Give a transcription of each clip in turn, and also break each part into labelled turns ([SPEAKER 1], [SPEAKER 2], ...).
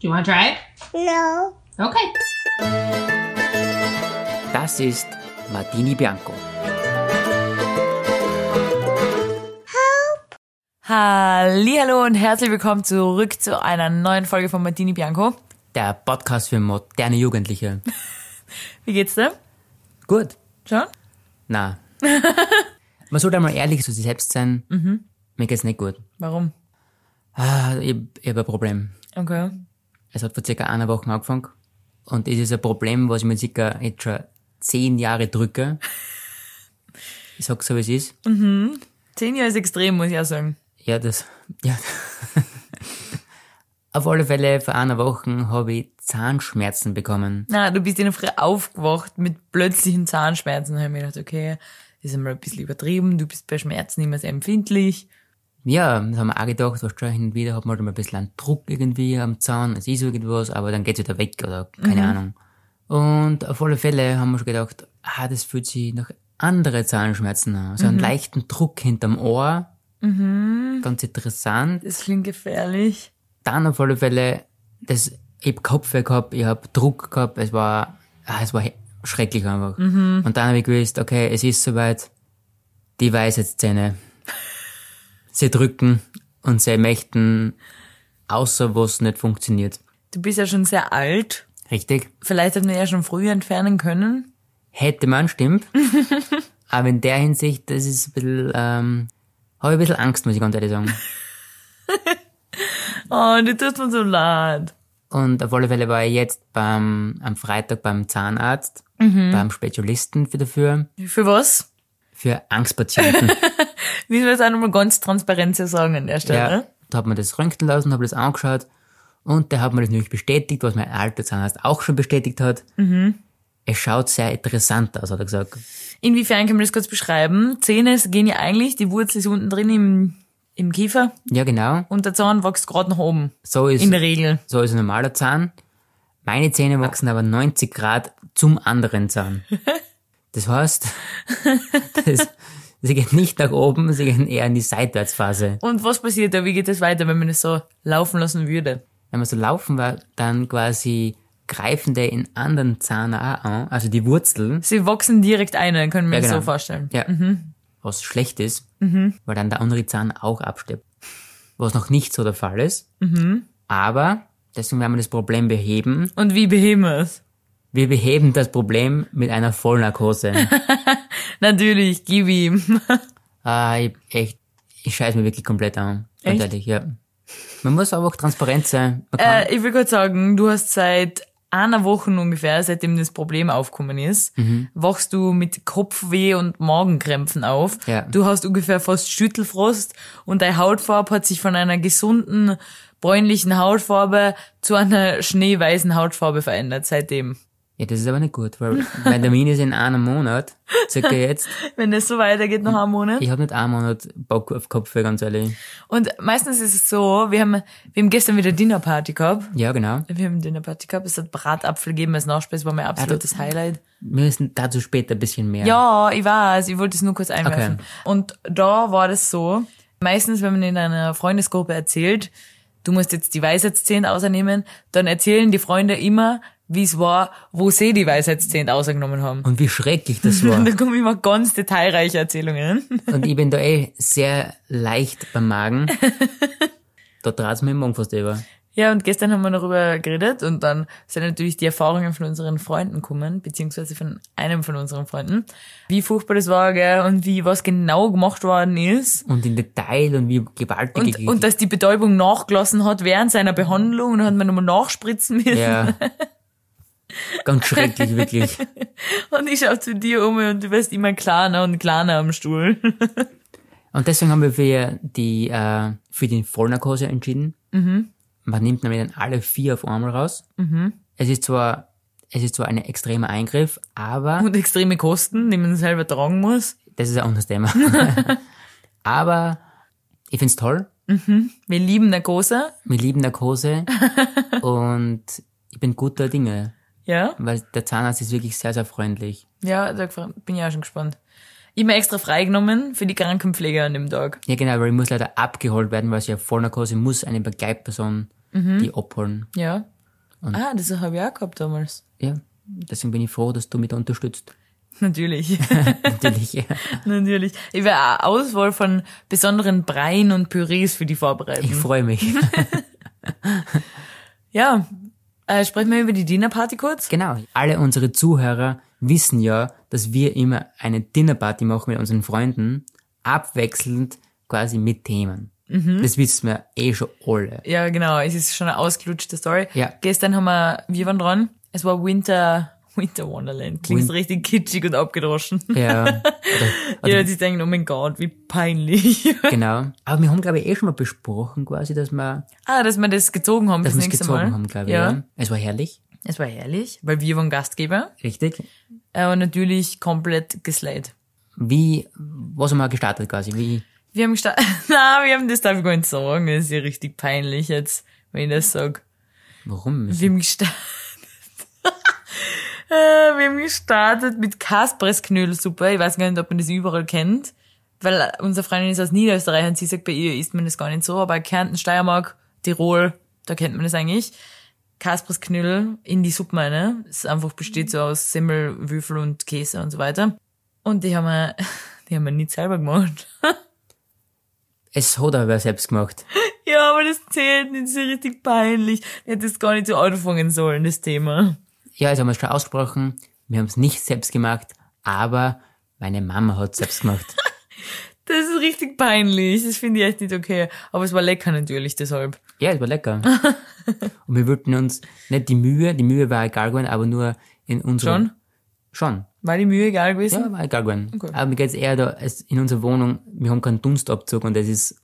[SPEAKER 1] Do you want to try it?
[SPEAKER 2] No.
[SPEAKER 1] Okay.
[SPEAKER 3] Das ist Martini Bianco.
[SPEAKER 4] Hallihallo und herzlich willkommen zurück zu einer neuen Folge von Martini Bianco.
[SPEAKER 3] Der Podcast für moderne Jugendliche.
[SPEAKER 4] Wie geht's dir?
[SPEAKER 3] Gut.
[SPEAKER 4] Schon?
[SPEAKER 3] Na. Man sollte einmal ehrlich zu sich selbst sein. Mir geht's nicht gut.
[SPEAKER 4] Warum?
[SPEAKER 3] Ah, ich ich habe ein Problem.
[SPEAKER 4] Okay.
[SPEAKER 3] Es hat vor circa einer Woche angefangen. Und es ist ein Problem, was ich mir circa jetzt schon zehn Jahre drücke. Ich sag's so, wie es ist.
[SPEAKER 4] Zehn Jahre ist extrem, muss ich auch sagen.
[SPEAKER 3] Ja, das. Ja. Auf alle Fälle, vor einer Woche habe ich Zahnschmerzen bekommen.
[SPEAKER 4] Na, du bist in der Früh aufgewacht mit plötzlichen Zahnschmerzen. Da habe ich mir gedacht, okay, das ist einmal ein bisschen übertrieben. Du bist bei Schmerzen immer sehr empfindlich.
[SPEAKER 3] Ja, das haben wir auch gedacht, was schon hin und wieder hat man halt mal ein bisschen einen Druck irgendwie am Zahn, es ist irgendwas, aber dann geht's wieder weg oder keine Ahnung. Und auf alle Fälle haben wir schon gedacht, ah, das fühlt sich nach andere Zahnschmerzen an. So einen leichten Druck hinterm Ohr. Ganz interessant.
[SPEAKER 4] Das klingt gefährlich.
[SPEAKER 3] dann auf alle Fälle, das, ich hab Kopfweh gehabt, ich hab Druck gehabt, es war, ah, es war he- schrecklich einfach. Und dann habe ich gewusst, okay, es ist soweit, die Weisheitszähne. sie drücken und sie möchten, außer was nicht funktioniert.
[SPEAKER 4] Du bist ja schon sehr alt.
[SPEAKER 3] Richtig?
[SPEAKER 4] Vielleicht hätten wir ja schon früher entfernen können.
[SPEAKER 3] Hätte man, stimmt. Aber in der Hinsicht, das ist ein bisschen, ähm, habe ich ein bisschen Angst, muss ich ganz ehrlich sagen.
[SPEAKER 4] Oh, du tust mir so leid.
[SPEAKER 3] Und auf alle Fälle war ich jetzt beim, am Freitag beim Zahnarzt, beim Spezialisten für dafür.
[SPEAKER 4] Für was?
[SPEAKER 3] für Angstpatienten.
[SPEAKER 4] Müssen wir das auch nochmal ganz transparent so sagen an der Stelle.
[SPEAKER 3] ja, da hat man das röntgen lassen, hat mir das angeschaut und der hat mir das nämlich bestätigt, was mein alter Zahnarzt auch schon bestätigt hat. Es schaut sehr interessant aus, hat er gesagt.
[SPEAKER 4] Inwiefern kann man das kurz beschreiben? Zähne gehen ja eigentlich, die Wurzel ist unten drin im, im Kiefer
[SPEAKER 3] Ja, genau.
[SPEAKER 4] und der Zahn wächst gerade nach oben.
[SPEAKER 3] So ist,
[SPEAKER 4] In der Regel.
[SPEAKER 3] so ist ein normaler Zahn. Meine Zähne wachsen aber 90 Grad zum anderen Zahn. Das heißt, das, sie gehen nicht nach oben, sie gehen eher in die Seitwärtsphase.
[SPEAKER 4] Und was passiert da? Wie geht das weiter, wenn man das so laufen lassen würde?
[SPEAKER 3] wenn man so laufen war, dann quasi greifende in anderen Zahn auch an, also die Wurzeln,
[SPEAKER 4] Sie wachsen direkt ein, dann können wir
[SPEAKER 3] Ja,
[SPEAKER 4] das
[SPEAKER 3] genau.
[SPEAKER 4] so vorstellen.
[SPEAKER 3] ja,
[SPEAKER 4] Mhm.
[SPEAKER 3] was schlecht ist, weil dann der andere Zahn auch abstirbt. Was noch nicht so der Fall ist,
[SPEAKER 4] Mhm.
[SPEAKER 3] aber deswegen werden wir das Problem beheben.
[SPEAKER 4] Und wie beheben wir es?
[SPEAKER 3] Wir beheben das Problem mit einer Vollnarkose.
[SPEAKER 4] Natürlich, gib ihm.
[SPEAKER 3] ah, ich, echt, ich scheiß mir wirklich komplett an. Ganz
[SPEAKER 4] Echt?
[SPEAKER 3] ehrlich, ja. Man muss aber auch transparent sein. Man kann,
[SPEAKER 4] Äh, ich will kurz sagen, du hast seit einer Woche ungefähr, seitdem das Problem aufgekommen ist,
[SPEAKER 3] Mhm.
[SPEAKER 4] wachst du mit Kopfweh und Magenkrämpfen auf.
[SPEAKER 3] Ja.
[SPEAKER 4] Du hast ungefähr fast Schüttelfrost und deine Hautfarbe hat sich von einer gesunden, bräunlichen Hautfarbe zu einer schneeweißen Hautfarbe verändert seitdem.
[SPEAKER 3] ja, das ist aber nicht gut, weil mein Termin ist in einem Monat, circa jetzt.
[SPEAKER 4] Wenn es so weitergeht nach einem Monat.
[SPEAKER 3] Ich habe nicht einen Monat Bock auf Kopfweh, ganz ehrlich.
[SPEAKER 4] Und meistens ist es so, wir haben, wir haben gestern wieder Dinnerparty gehabt.
[SPEAKER 3] Ja, genau.
[SPEAKER 4] Wir haben Dinnerparty gehabt, es hat Bratapfel gegeben als Nachspeise, war mein absolutes Highlight.
[SPEAKER 3] Wir müssen dazu später ein bisschen mehr.
[SPEAKER 4] Ja, ich weiß, ich wollte es nur kurz einwerfen.
[SPEAKER 3] Okay.
[SPEAKER 4] Und da war das so, meistens, wenn man in einer Freundesgruppe erzählt, du musst jetzt die Weisheitszähne ausernehmen, dann erzählen die Freunde immer, wie es war, wo sie die Weisheitszähne ausergenommen haben.
[SPEAKER 3] Und wie schrecklich das war.
[SPEAKER 4] Und da kommen immer ganz detailreiche Erzählungen.
[SPEAKER 3] Und ich bin da eh sehr leicht beim Magen. Da trat's mir im Morgen fast über.
[SPEAKER 4] Ja, und gestern haben wir darüber geredet und dann sind natürlich die Erfahrungen von unseren Freunden kommen, beziehungsweise von einem von unseren Freunden, wie furchtbar das war, gell, und wie was genau gemacht worden ist.
[SPEAKER 3] Und im Detail und wie gewaltig
[SPEAKER 4] Und,
[SPEAKER 3] ich-
[SPEAKER 4] und dass die Betäubung nachgelassen hat während seiner Behandlung und dann hat man nochmal nachspritzen müssen.
[SPEAKER 3] ja. Ganz schrecklich, wirklich.
[SPEAKER 4] Und ich schau zu dir um und du wirst immer kleiner und kleiner am Stuhl.
[SPEAKER 3] Und deswegen haben wir für die, äh, für die Vollnarkose entschieden. Man nimmt nämlich dann alle vier auf einmal raus. Es ist zwar, es ist zwar ein extremer Eingriff, aber
[SPEAKER 4] Und extreme Kosten, die man selber tragen muss.
[SPEAKER 3] Das ist ein anderes Thema. Aber ich find's toll.
[SPEAKER 4] Wir lieben Narkose,
[SPEAKER 3] Wir lieben Narkose und ich bin guter Dinge,
[SPEAKER 4] ja.
[SPEAKER 3] weil der Zahnarzt ist wirklich sehr, sehr freundlich.
[SPEAKER 4] Ja, da bin ich auch schon gespannt. Ich hab mir extra freigenommen für die Krankenpflege an dem Tag.
[SPEAKER 3] Ja genau, weil ich muss leider abgeholt werden, weil es ja Vollnarkose muss eine Begleitperson die abholen.
[SPEAKER 4] Ja. ah, das habe ich auch gehabt damals.
[SPEAKER 3] Ja, deswegen bin ich froh, dass du mich da unterstützt.
[SPEAKER 4] Natürlich.
[SPEAKER 3] Natürlich. ja.
[SPEAKER 4] Natürlich. Ich werde eine Auswahl von besonderen Breien und Pürees für die
[SPEAKER 3] Ich
[SPEAKER 4] vorbereiten.
[SPEAKER 3] freue mich.
[SPEAKER 4] Ja. Äh, sprechen wir über die Dinnerparty kurz?
[SPEAKER 3] Genau. Alle unsere Zuhörer wissen ja, dass wir immer eine Dinnerparty machen mit unseren Freunden, abwechselnd quasi mit Themen. Das wissen wir eh schon alle.
[SPEAKER 4] Ja, genau. Es ist schon eine ausgelutschte Story.
[SPEAKER 3] Ja.
[SPEAKER 4] Gestern haben wir, wir waren dran. Es war Winter, Winter Wonderland. Klingt
[SPEAKER 3] Win- Also
[SPEAKER 4] richtig kitschig und abgedroschen.
[SPEAKER 3] Ja,
[SPEAKER 4] Ja, die denken, oh mein Gott, wie peinlich.
[SPEAKER 3] genau. Aber wir haben, glaube ich, eh schon mal besprochen, quasi, dass wir,
[SPEAKER 4] ah, dass wir das gezogen haben
[SPEAKER 3] dass
[SPEAKER 4] das
[SPEAKER 3] wir es
[SPEAKER 4] nächste
[SPEAKER 3] gezogen
[SPEAKER 4] Mal.
[SPEAKER 3] haben, glaube ich.
[SPEAKER 4] ja.
[SPEAKER 3] Ja. Es war herrlich,
[SPEAKER 4] Es war herrlich, weil wir waren Gastgeber.
[SPEAKER 3] richtig.
[SPEAKER 4] Aber natürlich komplett geslayed.
[SPEAKER 3] Wie, was haben wir gestartet quasi? Wie,
[SPEAKER 4] Wir haben gestartet. Na, wir haben das darf ich gar nicht sagen. Das ist ja richtig peinlich jetzt, wenn ich das sag.
[SPEAKER 3] warum?
[SPEAKER 4] Wir haben gestartet. Äh, wir haben gestartet mit Kaspressknödelsuppe. Ich weiß gar nicht, ob man das überall kennt. Weil unsere Freundin ist aus Niederösterreich und sie sagt, bei ihr isst man das gar nicht so. Aber Kärnten, Steiermark, Tirol, da kennt man das eigentlich. Kaspressknödel in die Suppe, ne? Es einfach besteht so aus Semmel, Würfel und Käse und so weiter. Und die haben wir, die haben wir nicht selber gemacht.
[SPEAKER 3] Es hat aber wer selbst gemacht.
[SPEAKER 4] Ja, aber das zählt nicht, das ist ja richtig peinlich. Ich hätte es gar nicht so anfangen sollen, das Thema.
[SPEAKER 3] Ja, also haben wir es schon ausgesprochen. Wir haben es nicht selbst gemacht, aber meine Mama hat es selbst gemacht.
[SPEAKER 4] Das ist richtig peinlich, das finde ich echt nicht okay. Aber es war lecker natürlich, deshalb.
[SPEAKER 3] ja, es war lecker. Und wir wollten uns nicht die Mühe, die Mühe war egal geworden, aber nur in unserem...
[SPEAKER 4] Schon?
[SPEAKER 3] Schon?
[SPEAKER 4] War die Mühe egal gewesen?
[SPEAKER 3] Ja, war egal geworden.
[SPEAKER 4] Okay.
[SPEAKER 3] Aber mir geht's eher da, es- in unserer Wohnung, wir haben keinen Dunstabzug und das ist,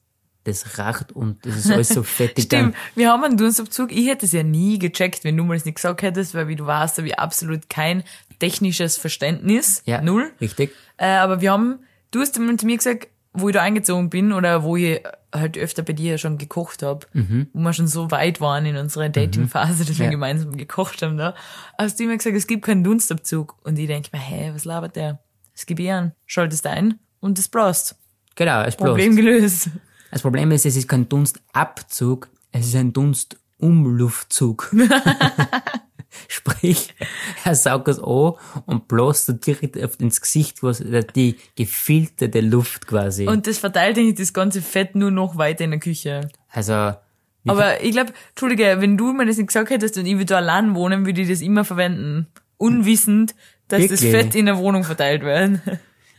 [SPEAKER 3] das racht und das ist alles so fettig.
[SPEAKER 4] Stimmt, wir haben einen Dunstabzug. Ich hätte es ja nie gecheckt, wenn du mal das nicht gesagt hättest, weil wie du warst, habe ich absolut kein technisches Verständnis.
[SPEAKER 3] Ja,
[SPEAKER 4] Null.
[SPEAKER 3] Richtig.
[SPEAKER 4] Äh, aber wir haben, du hast einmal zu mir gesagt, wo ich da eingezogen bin oder wo ich halt öfter bei dir schon gekocht habe, wo wir schon so weit waren in unserer Dating-Phase, dass
[SPEAKER 3] Mhm.
[SPEAKER 4] wir
[SPEAKER 3] Ja.
[SPEAKER 4] gemeinsam gekocht haben da, hast du immer gesagt, es gibt keinen Dunstabzug. Und ich denke mir, hä, was labert der? Es gibt einen, schaltest ein und das blast.
[SPEAKER 3] Genau, es bloß.
[SPEAKER 4] Problem gelöst.
[SPEAKER 3] Das Problem ist, es ist kein Dunstabzug, es ist ein Dunstumluftzug. Sprich, er saugt es an und bläst da direkt auf ins Gesicht was, äh, die gefilterte Luft quasi.
[SPEAKER 4] Und das verteilt eigentlich das ganze Fett nur noch weiter in der Küche.
[SPEAKER 3] also,
[SPEAKER 4] Aber ich glaube, Entschuldige, wenn du mir das nicht gesagt hättest und ich würde allein wohnen, würde ich das immer verwenden. Unwissend, dass das
[SPEAKER 3] Wirklich?
[SPEAKER 4] Fett in der Wohnung verteilt wird.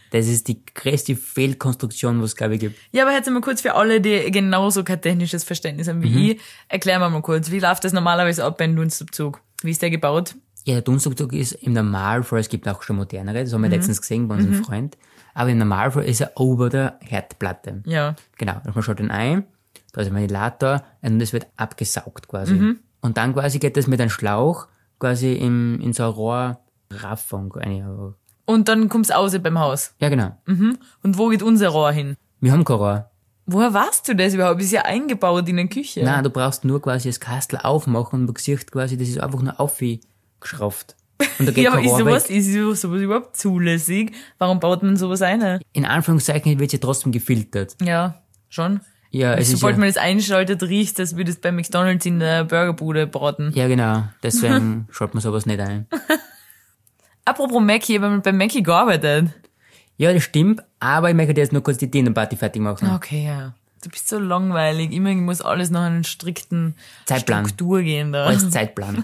[SPEAKER 3] das ist die größte Fehlkonstruktion, was es, glaube ich, gibt.
[SPEAKER 4] Ja, aber jetzt mal kurz für alle, die genauso kein technisches Verständnis haben wie
[SPEAKER 3] Mhm.
[SPEAKER 4] ich. Erklär mal mal kurz, wie läuft das normalerweise ab bei einem Dunstabzug? Wie ist der gebaut?
[SPEAKER 3] Ja, der Dunstabzug ist im Normalfall, es gibt auch schon modernere, das haben
[SPEAKER 4] Mhm.
[SPEAKER 3] wir letztens gesehen bei unserem Freund, aber im Normalfall ist er ober der Herdplatte.
[SPEAKER 4] Ja.
[SPEAKER 3] Genau, man schaut den ein, da ist ein Ventilator und das wird abgesaugt quasi.
[SPEAKER 4] Mhm.
[SPEAKER 3] Und dann quasi geht das mit einem Schlauch quasi im, in so eine Rohrraffung. Eine,
[SPEAKER 4] Und dann kommt's aus beim Haus.
[SPEAKER 3] ja, genau.
[SPEAKER 4] Mhm. Und wo geht unser Rohr hin?
[SPEAKER 3] Wir haben kein Rohr.
[SPEAKER 4] Woher weißt du das überhaupt? Ist ja eingebaut in der Küche.
[SPEAKER 3] Nein, du brauchst nur quasi das Kastel aufmachen und man sieht quasi, das ist einfach nur aufgeschraubt. Und da geht
[SPEAKER 4] ja, aber
[SPEAKER 3] kein
[SPEAKER 4] ist
[SPEAKER 3] Rohr
[SPEAKER 4] sowas,
[SPEAKER 3] weg.
[SPEAKER 4] ist sowas sowas überhaupt zulässig? Warum baut man sowas ein?
[SPEAKER 3] In Anführungszeichen wird sie trotzdem gefiltert.
[SPEAKER 4] Ja, schon.
[SPEAKER 3] Ja, es ist
[SPEAKER 4] Sobald
[SPEAKER 3] ja,
[SPEAKER 4] man das einschaltet, riecht, als würde es bei McDonalds in der Burgerbude braten.
[SPEAKER 3] ja, genau. Deswegen schaut man sowas nicht ein.
[SPEAKER 4] Apropos Mackie, ich habe bei Mackie gearbeitet.
[SPEAKER 3] Ja, das stimmt, aber ich möchte jetzt nur kurz die Dinnerparty fertig machen.
[SPEAKER 4] Okay, ja. Du bist so langweilig. Immer muss alles nach einer strikten
[SPEAKER 3] Zeitplan.
[SPEAKER 4] Struktur gehen. Da.
[SPEAKER 3] Als Zeitplan.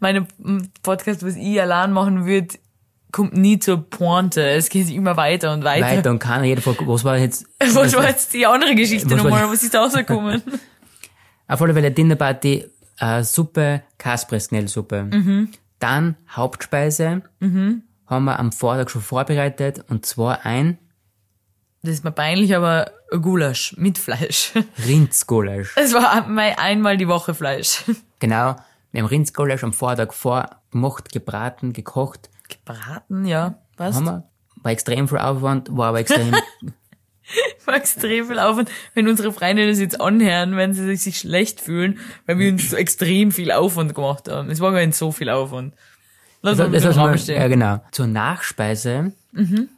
[SPEAKER 4] Meine m, Podcast, was ich allein machen würde, kommt nie zur Pointe. Es geht immer weiter und weiter.
[SPEAKER 3] Weiter und keiner, jeder fragt, was war jetzt
[SPEAKER 4] Was war jetzt die andere Geschichte
[SPEAKER 3] Was war
[SPEAKER 4] nochmal?
[SPEAKER 3] die-
[SPEAKER 4] Was ist da rausgekommen?
[SPEAKER 3] Auf alle Fälle Dinnerparty, äh, Suppe, Kaspressknellsuppe.
[SPEAKER 4] Mhm.
[SPEAKER 3] Dann Hauptspeise haben wir am Vortag schon vorbereitet und zwar ein
[SPEAKER 4] das ist mir peinlich, aber ein Gulasch mit Fleisch.
[SPEAKER 3] Rindsgulasch.
[SPEAKER 4] Es war mein einmal die Woche Fleisch.
[SPEAKER 3] genau, wir haben Rindsgulasch am Vortag vorgemacht, gebraten, gekocht.
[SPEAKER 4] Gebraten, ja. Was?
[SPEAKER 3] Haben wir. War extrem viel Aufwand, war aber extrem...
[SPEAKER 4] war extrem viel Aufwand. Wenn unsere Freunde das jetzt anhören, werden sie sich schlecht fühlen, weil wir uns so extrem viel Aufwand gemacht haben. Es war gar nicht so viel Aufwand. Lass mal
[SPEAKER 3] das
[SPEAKER 4] mit dem
[SPEAKER 3] lassen
[SPEAKER 4] Raum
[SPEAKER 3] wir- ja,
[SPEAKER 4] stehen.
[SPEAKER 3] genau. Zur Nachspeise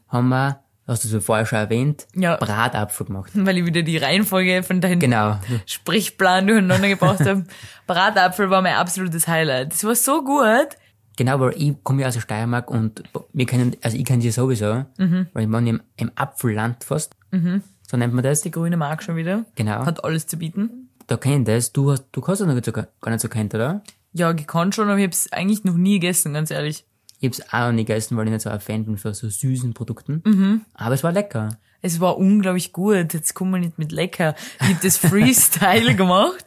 [SPEAKER 3] haben wir hast du so vorher schon erwähnt,
[SPEAKER 4] Ja.
[SPEAKER 3] Bratapfel gemacht.
[SPEAKER 4] weil ich wieder die Reihenfolge von deinem
[SPEAKER 3] Genau.
[SPEAKER 4] Sprichplan durcheinander gebracht habe. Bratapfel war mein absolutes Highlight. Das war so gut.
[SPEAKER 3] Genau, weil ich komme ja aus der Steiermark und wir kennen, also ich kenne sie sowieso, weil ich wohne im, im Apfelland fast. So nennt man das.
[SPEAKER 4] Die grüne Mark schon wieder.
[SPEAKER 3] Genau.
[SPEAKER 4] Hat alles zu bieten.
[SPEAKER 3] Da kennt das. Du hast, du hast das noch nicht so, gar nicht so kennt, oder?
[SPEAKER 4] Ja, gekonnt schon, aber ich hab's eigentlich noch nie gegessen, ganz ehrlich.
[SPEAKER 3] Ich hab's auch noch nie gegessen, weil ich nicht so ein Fan bin für so süßen Produkten. Aber es war lecker.
[SPEAKER 4] Es war unglaublich gut. Jetzt kommen wir nicht mit lecker. Ich hab das Freestyle gemacht.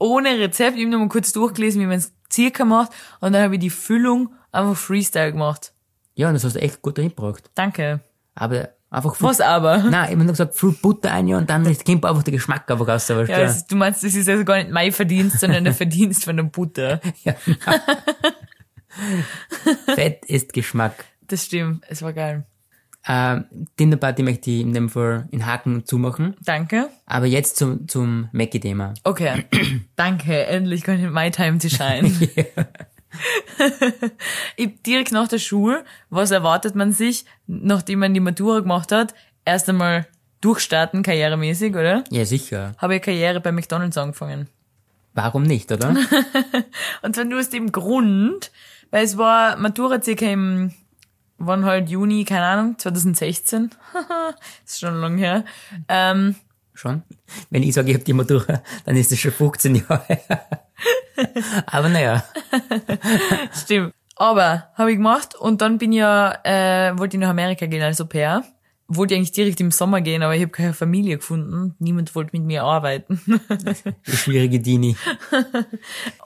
[SPEAKER 4] Ohne Rezept. Ich hab noch mal kurz durchgelesen, wie man es circa macht. Und dann habe ich die Füllung einfach Freestyle gemacht.
[SPEAKER 3] Ja, und das hast du echt gut reingebracht.
[SPEAKER 4] Danke.
[SPEAKER 3] Aber einfach viel,
[SPEAKER 4] Was aber?
[SPEAKER 3] nein, ich hab nur gesagt, viel Butter ein und dann kommt einfach der Geschmack einfach raus. Aber
[SPEAKER 4] Ja, es, du meinst, das ist also gar nicht mein Verdienst, sondern der Verdienst von der Butter.
[SPEAKER 3] Ja, genau. Fett ist Geschmack.
[SPEAKER 4] Das stimmt. Es war geil.
[SPEAKER 3] Äh, Dinnerparty möchte ich in dem Fall in Haken zumachen.
[SPEAKER 4] Danke.
[SPEAKER 3] Aber jetzt zum, zum Mackie-Thema.
[SPEAKER 4] Okay. Danke. Endlich kann ich my time to shine. ich, direkt nach der Schule, was erwartet man sich, nachdem man die Matura gemacht hat? Erst einmal durchstarten, karrieremäßig, oder?
[SPEAKER 3] Ja, sicher.
[SPEAKER 4] Habe ich Karriere bei McDonalds angefangen.
[SPEAKER 3] Warum nicht, oder?
[SPEAKER 4] Und zwar nur aus dem Grund, weil es war Matura circa im, wann halt Juni, keine Ahnung, 2016. ist schon lang her. Ähm,
[SPEAKER 3] schon. Wenn ich sage, ich habe die Matura, dann ist das schon 15 Jahre her. Aber naja,
[SPEAKER 4] Stimmt. Aber habe ich gemacht und dann bin ich ja, äh, wollte ich nach Amerika gehen als Au pair. Wollte eigentlich direkt im Sommer gehen, aber ich habe keine Familie gefunden. Niemand wollte mit mir arbeiten.
[SPEAKER 3] die schwierige Dini.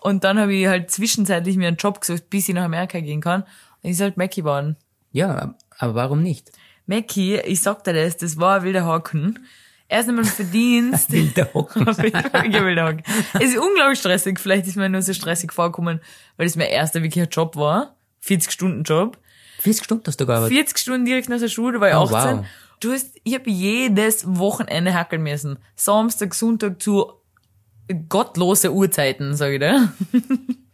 [SPEAKER 4] Und dann habe ich halt zwischenzeitlich mir einen Job gesucht, bis ich nach Amerika gehen kann. Und ich ist halt Mackie geworden.
[SPEAKER 3] Ja, aber warum nicht?
[SPEAKER 4] Mackie, ich sag dir das, das war ein wilder Haken. Erst einmal Verdienst.
[SPEAKER 3] Bilder hocken.
[SPEAKER 4] ja, wilder Haken. Es ist unglaublich stressig. Vielleicht ist mir nur so stressig vorgekommen, weil es mein erster wirklicher Job war. 40-Stunden-Job.
[SPEAKER 3] 40 Stunden hast du gearbeitet.
[SPEAKER 4] 40 Stunden direkt nach der Schule, da war ich
[SPEAKER 3] Oh,
[SPEAKER 4] 18.
[SPEAKER 3] wow.
[SPEAKER 4] Du hast, ich habe jedes Wochenende hackeln müssen. Samstag, Sonntag zu gottlose Uhrzeiten, sag ich dir.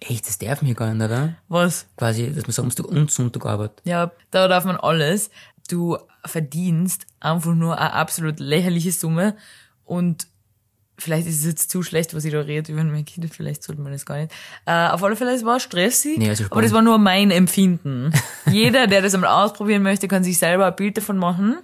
[SPEAKER 3] Echt, das darf mir gar nicht, oder?
[SPEAKER 4] Was?
[SPEAKER 3] Quasi, dass man Samstag und Sonntag arbeitet.
[SPEAKER 4] Ja, da darf man alles. Du verdienst einfach nur eine absolut lächerliche Summe und vielleicht ist es jetzt zu schlecht, was ich da rede über meine Kinder, vielleicht sollte man das gar nicht. Äh, auf alle Fälle, es war stressig,
[SPEAKER 3] Nee, also
[SPEAKER 4] aber das war nur mein Empfinden. Jeder, der das einmal ausprobieren möchte, kann sich selber ein Bild davon machen.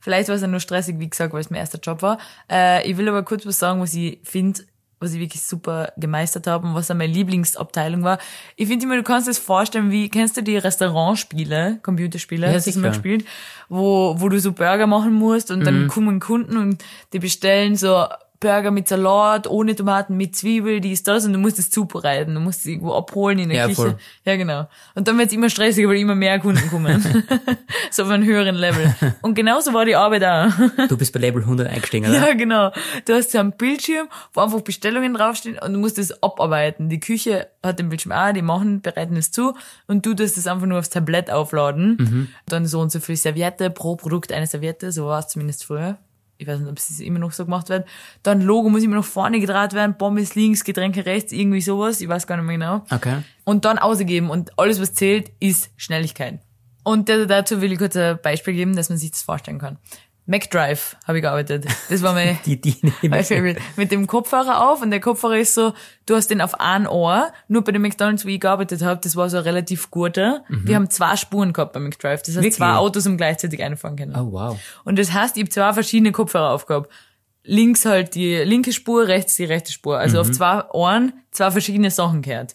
[SPEAKER 4] Vielleicht war es ja nur stressig, wie gesagt, weil es mein erster Job war. Äh, ich will aber kurz was sagen, was ich finde, was ich wirklich super gemeistert habe und was dann meine Lieblingsabteilung war. Ich finde immer, du kannst es vorstellen, wie, kennst du die Restaurantspiele, Computerspiele,
[SPEAKER 3] Ja,
[SPEAKER 4] hast du das mal
[SPEAKER 3] sicher.
[SPEAKER 4] gespielt, wo, wo du so Burger machen musst und
[SPEAKER 3] Mhm.
[SPEAKER 4] dann kommen Kunden und die bestellen so Burger mit Salat, ohne Tomaten, mit Zwiebel, dies, das und du musst es zubereiten, du musst es irgendwo abholen in der
[SPEAKER 3] Ja,
[SPEAKER 4] Küche.
[SPEAKER 3] voll.
[SPEAKER 4] Ja, genau. Und dann wird's immer stressiger, weil immer mehr Kunden kommen. so auf einen höheren Level. Und genauso war die Arbeit auch.
[SPEAKER 3] Du bist bei Level 100 eingestiegen, oder?
[SPEAKER 4] Ja, genau. Du hast so einen Bildschirm, wo einfach Bestellungen draufstehen und du musst das abarbeiten. Die Küche hat den Bildschirm auch, die machen, bereiten es zu und du tust das einfach nur aufs Tablett aufladen.
[SPEAKER 3] Mhm.
[SPEAKER 4] Dann so und so viel Serviette, pro Produkt eine Serviette, so war es zumindest früher. Ich weiß nicht, ob es immer noch so gemacht wird. Dann Logo muss immer noch vorne gedraht werden, Pommes links, Getränke rechts, irgendwie sowas. Ich weiß gar nicht mehr genau
[SPEAKER 3] Okay.
[SPEAKER 4] und dann ausgeben. Und alles, was zählt, ist Schnelligkeit. Und da- dazu will ich kurz ein Beispiel geben, dass man sich das vorstellen kann. McDrive habe ich gearbeitet. Das war mein
[SPEAKER 3] Die Dini.
[SPEAKER 4] mein Favorite. Mit dem Kopfhörer auf und der Kopfhörer ist so, du hast den auf ein Ohr. Nur bei dem McDonalds, wie ich gearbeitet habe, das war so ein relativ guter. Die haben zwei Spuren gehabt bei McDrive. Das heißt,
[SPEAKER 3] Mhm. Wirklich?
[SPEAKER 4] zwei Autos um gleichzeitig einfahren können.
[SPEAKER 3] Oh, wow.
[SPEAKER 4] Und das heißt, ich habe zwei verschiedene Kopfhörer aufgehabt. Links halt die linke Spur, rechts die rechte Spur. Also auf zwei Ohren zwei verschiedene Sachen gehört.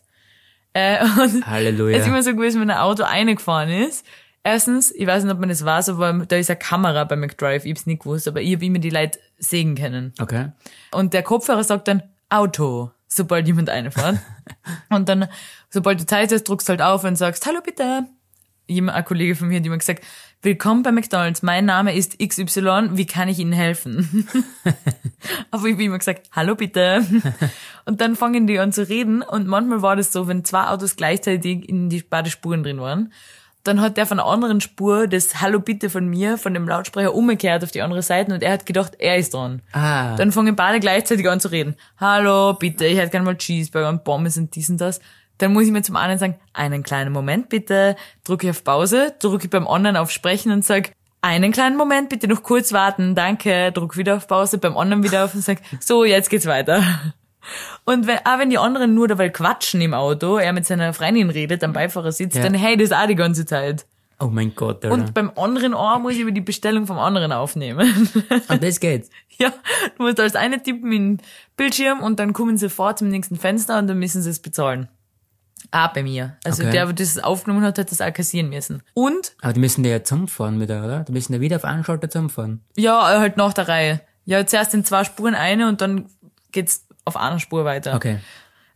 [SPEAKER 4] Äh, und
[SPEAKER 3] Halleluja.
[SPEAKER 4] Es ist immer so gewesen, wenn ein Auto eingefahren ist. Erstens, ich weiß nicht, ob man das weiß, aber da ist eine Kamera bei McDrive. Ich hab's nicht gewusst, aber ich hab immer die Leute sehen können.
[SPEAKER 3] Okay.
[SPEAKER 4] Und der Kopfhörer sagt dann Auto, sobald jemand einfährt. und dann, sobald du Zeit hast, drückst halt auf und sagst, hallo bitte. Jemand, ein Kollege von mir hat immer gesagt, willkommen bei McDonalds, mein Name ist XY, wie kann ich Ihnen helfen? Aber ich bin immer gesagt, hallo bitte. Und dann fangen die an zu reden und manchmal war das so, wenn zwei Autos gleichzeitig in die beide Spuren drin waren, dann hat der von der anderen Spur das Hallo bitte von mir, von dem Lautsprecher umgekehrt auf die andere Seite und er hat gedacht, er ist dran.
[SPEAKER 3] Ah,
[SPEAKER 4] Dann fangen beide gleichzeitig an zu reden. Hallo, bitte, ich hätte gerne mal Cheeseburger und Pommes und dies und das. Dann muss ich mir zum anderen sagen, einen kleinen Moment bitte, drücke ich auf Pause, drücke ich beim anderen auf Sprechen und sag einen kleinen Moment, bitte noch kurz warten, danke, druck wieder auf Pause, beim anderen wieder auf und sag, so, jetzt geht's weiter. Und wenn, auch wenn die anderen nur dabei quatschen im Auto, er mit seiner Freundin redet, am Beifahrer sitzt,
[SPEAKER 3] Ja.
[SPEAKER 4] dann hey, das auch die ganze Zeit.
[SPEAKER 3] Oh mein Gott, Alter.
[SPEAKER 4] Und beim anderen Ohr muss ich über die Bestellung vom anderen aufnehmen.
[SPEAKER 3] Und das geht.
[SPEAKER 4] ja, du musst als eine tippen in den Bildschirm und dann kommen sie vor zum nächsten Fenster und dann müssen sie es bezahlen. Ah, bei mir. Also
[SPEAKER 3] Okay.
[SPEAKER 4] der, der das aufgenommen hat, hat das auch kassieren müssen. Und
[SPEAKER 3] Aber die müssen dir ja zusammenfahren wieder, oder? Die müssen ja wieder auf einen Schalter zusammenfahren.
[SPEAKER 4] Ja, äh, halt nach der Reihe. Ja, zuerst in zwei Spuren eine und dann geht's auf einer Spur weiter.
[SPEAKER 3] Okay.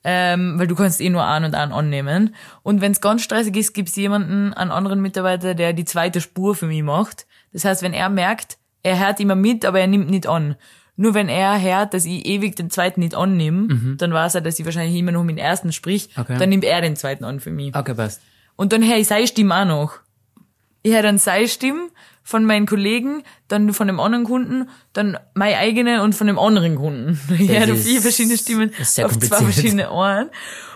[SPEAKER 4] Ähm, weil du kannst eh nur an und an annehmen. Und wenn's ganz stressig ist, gibt's jemanden, einen anderen Mitarbeiter, der die zweite Spur für mich macht. Das heißt, wenn er merkt, er hört immer mit, aber er nimmt nicht an. Nur wenn er hört, dass ich ewig den zweiten nicht annehme, dann weiß er, dass ich wahrscheinlich immer noch mit dem ersten sprich,
[SPEAKER 3] Okay.
[SPEAKER 4] dann nimmt er den zweiten an für mich.
[SPEAKER 3] Okay, passt.
[SPEAKER 4] Und dann höre ich seine Stimme auch noch. Ich höre dann seine Stimme von meinen Kollegen, dann von dem anderen Kunden, dann meine eigene und von dem anderen Kunden. Ich
[SPEAKER 3] Das
[SPEAKER 4] höre
[SPEAKER 3] ist-
[SPEAKER 4] vier verschiedene Stimmen
[SPEAKER 3] ist sehr
[SPEAKER 4] auf zwei
[SPEAKER 3] kompliziert.
[SPEAKER 4] verschiedene Ohren.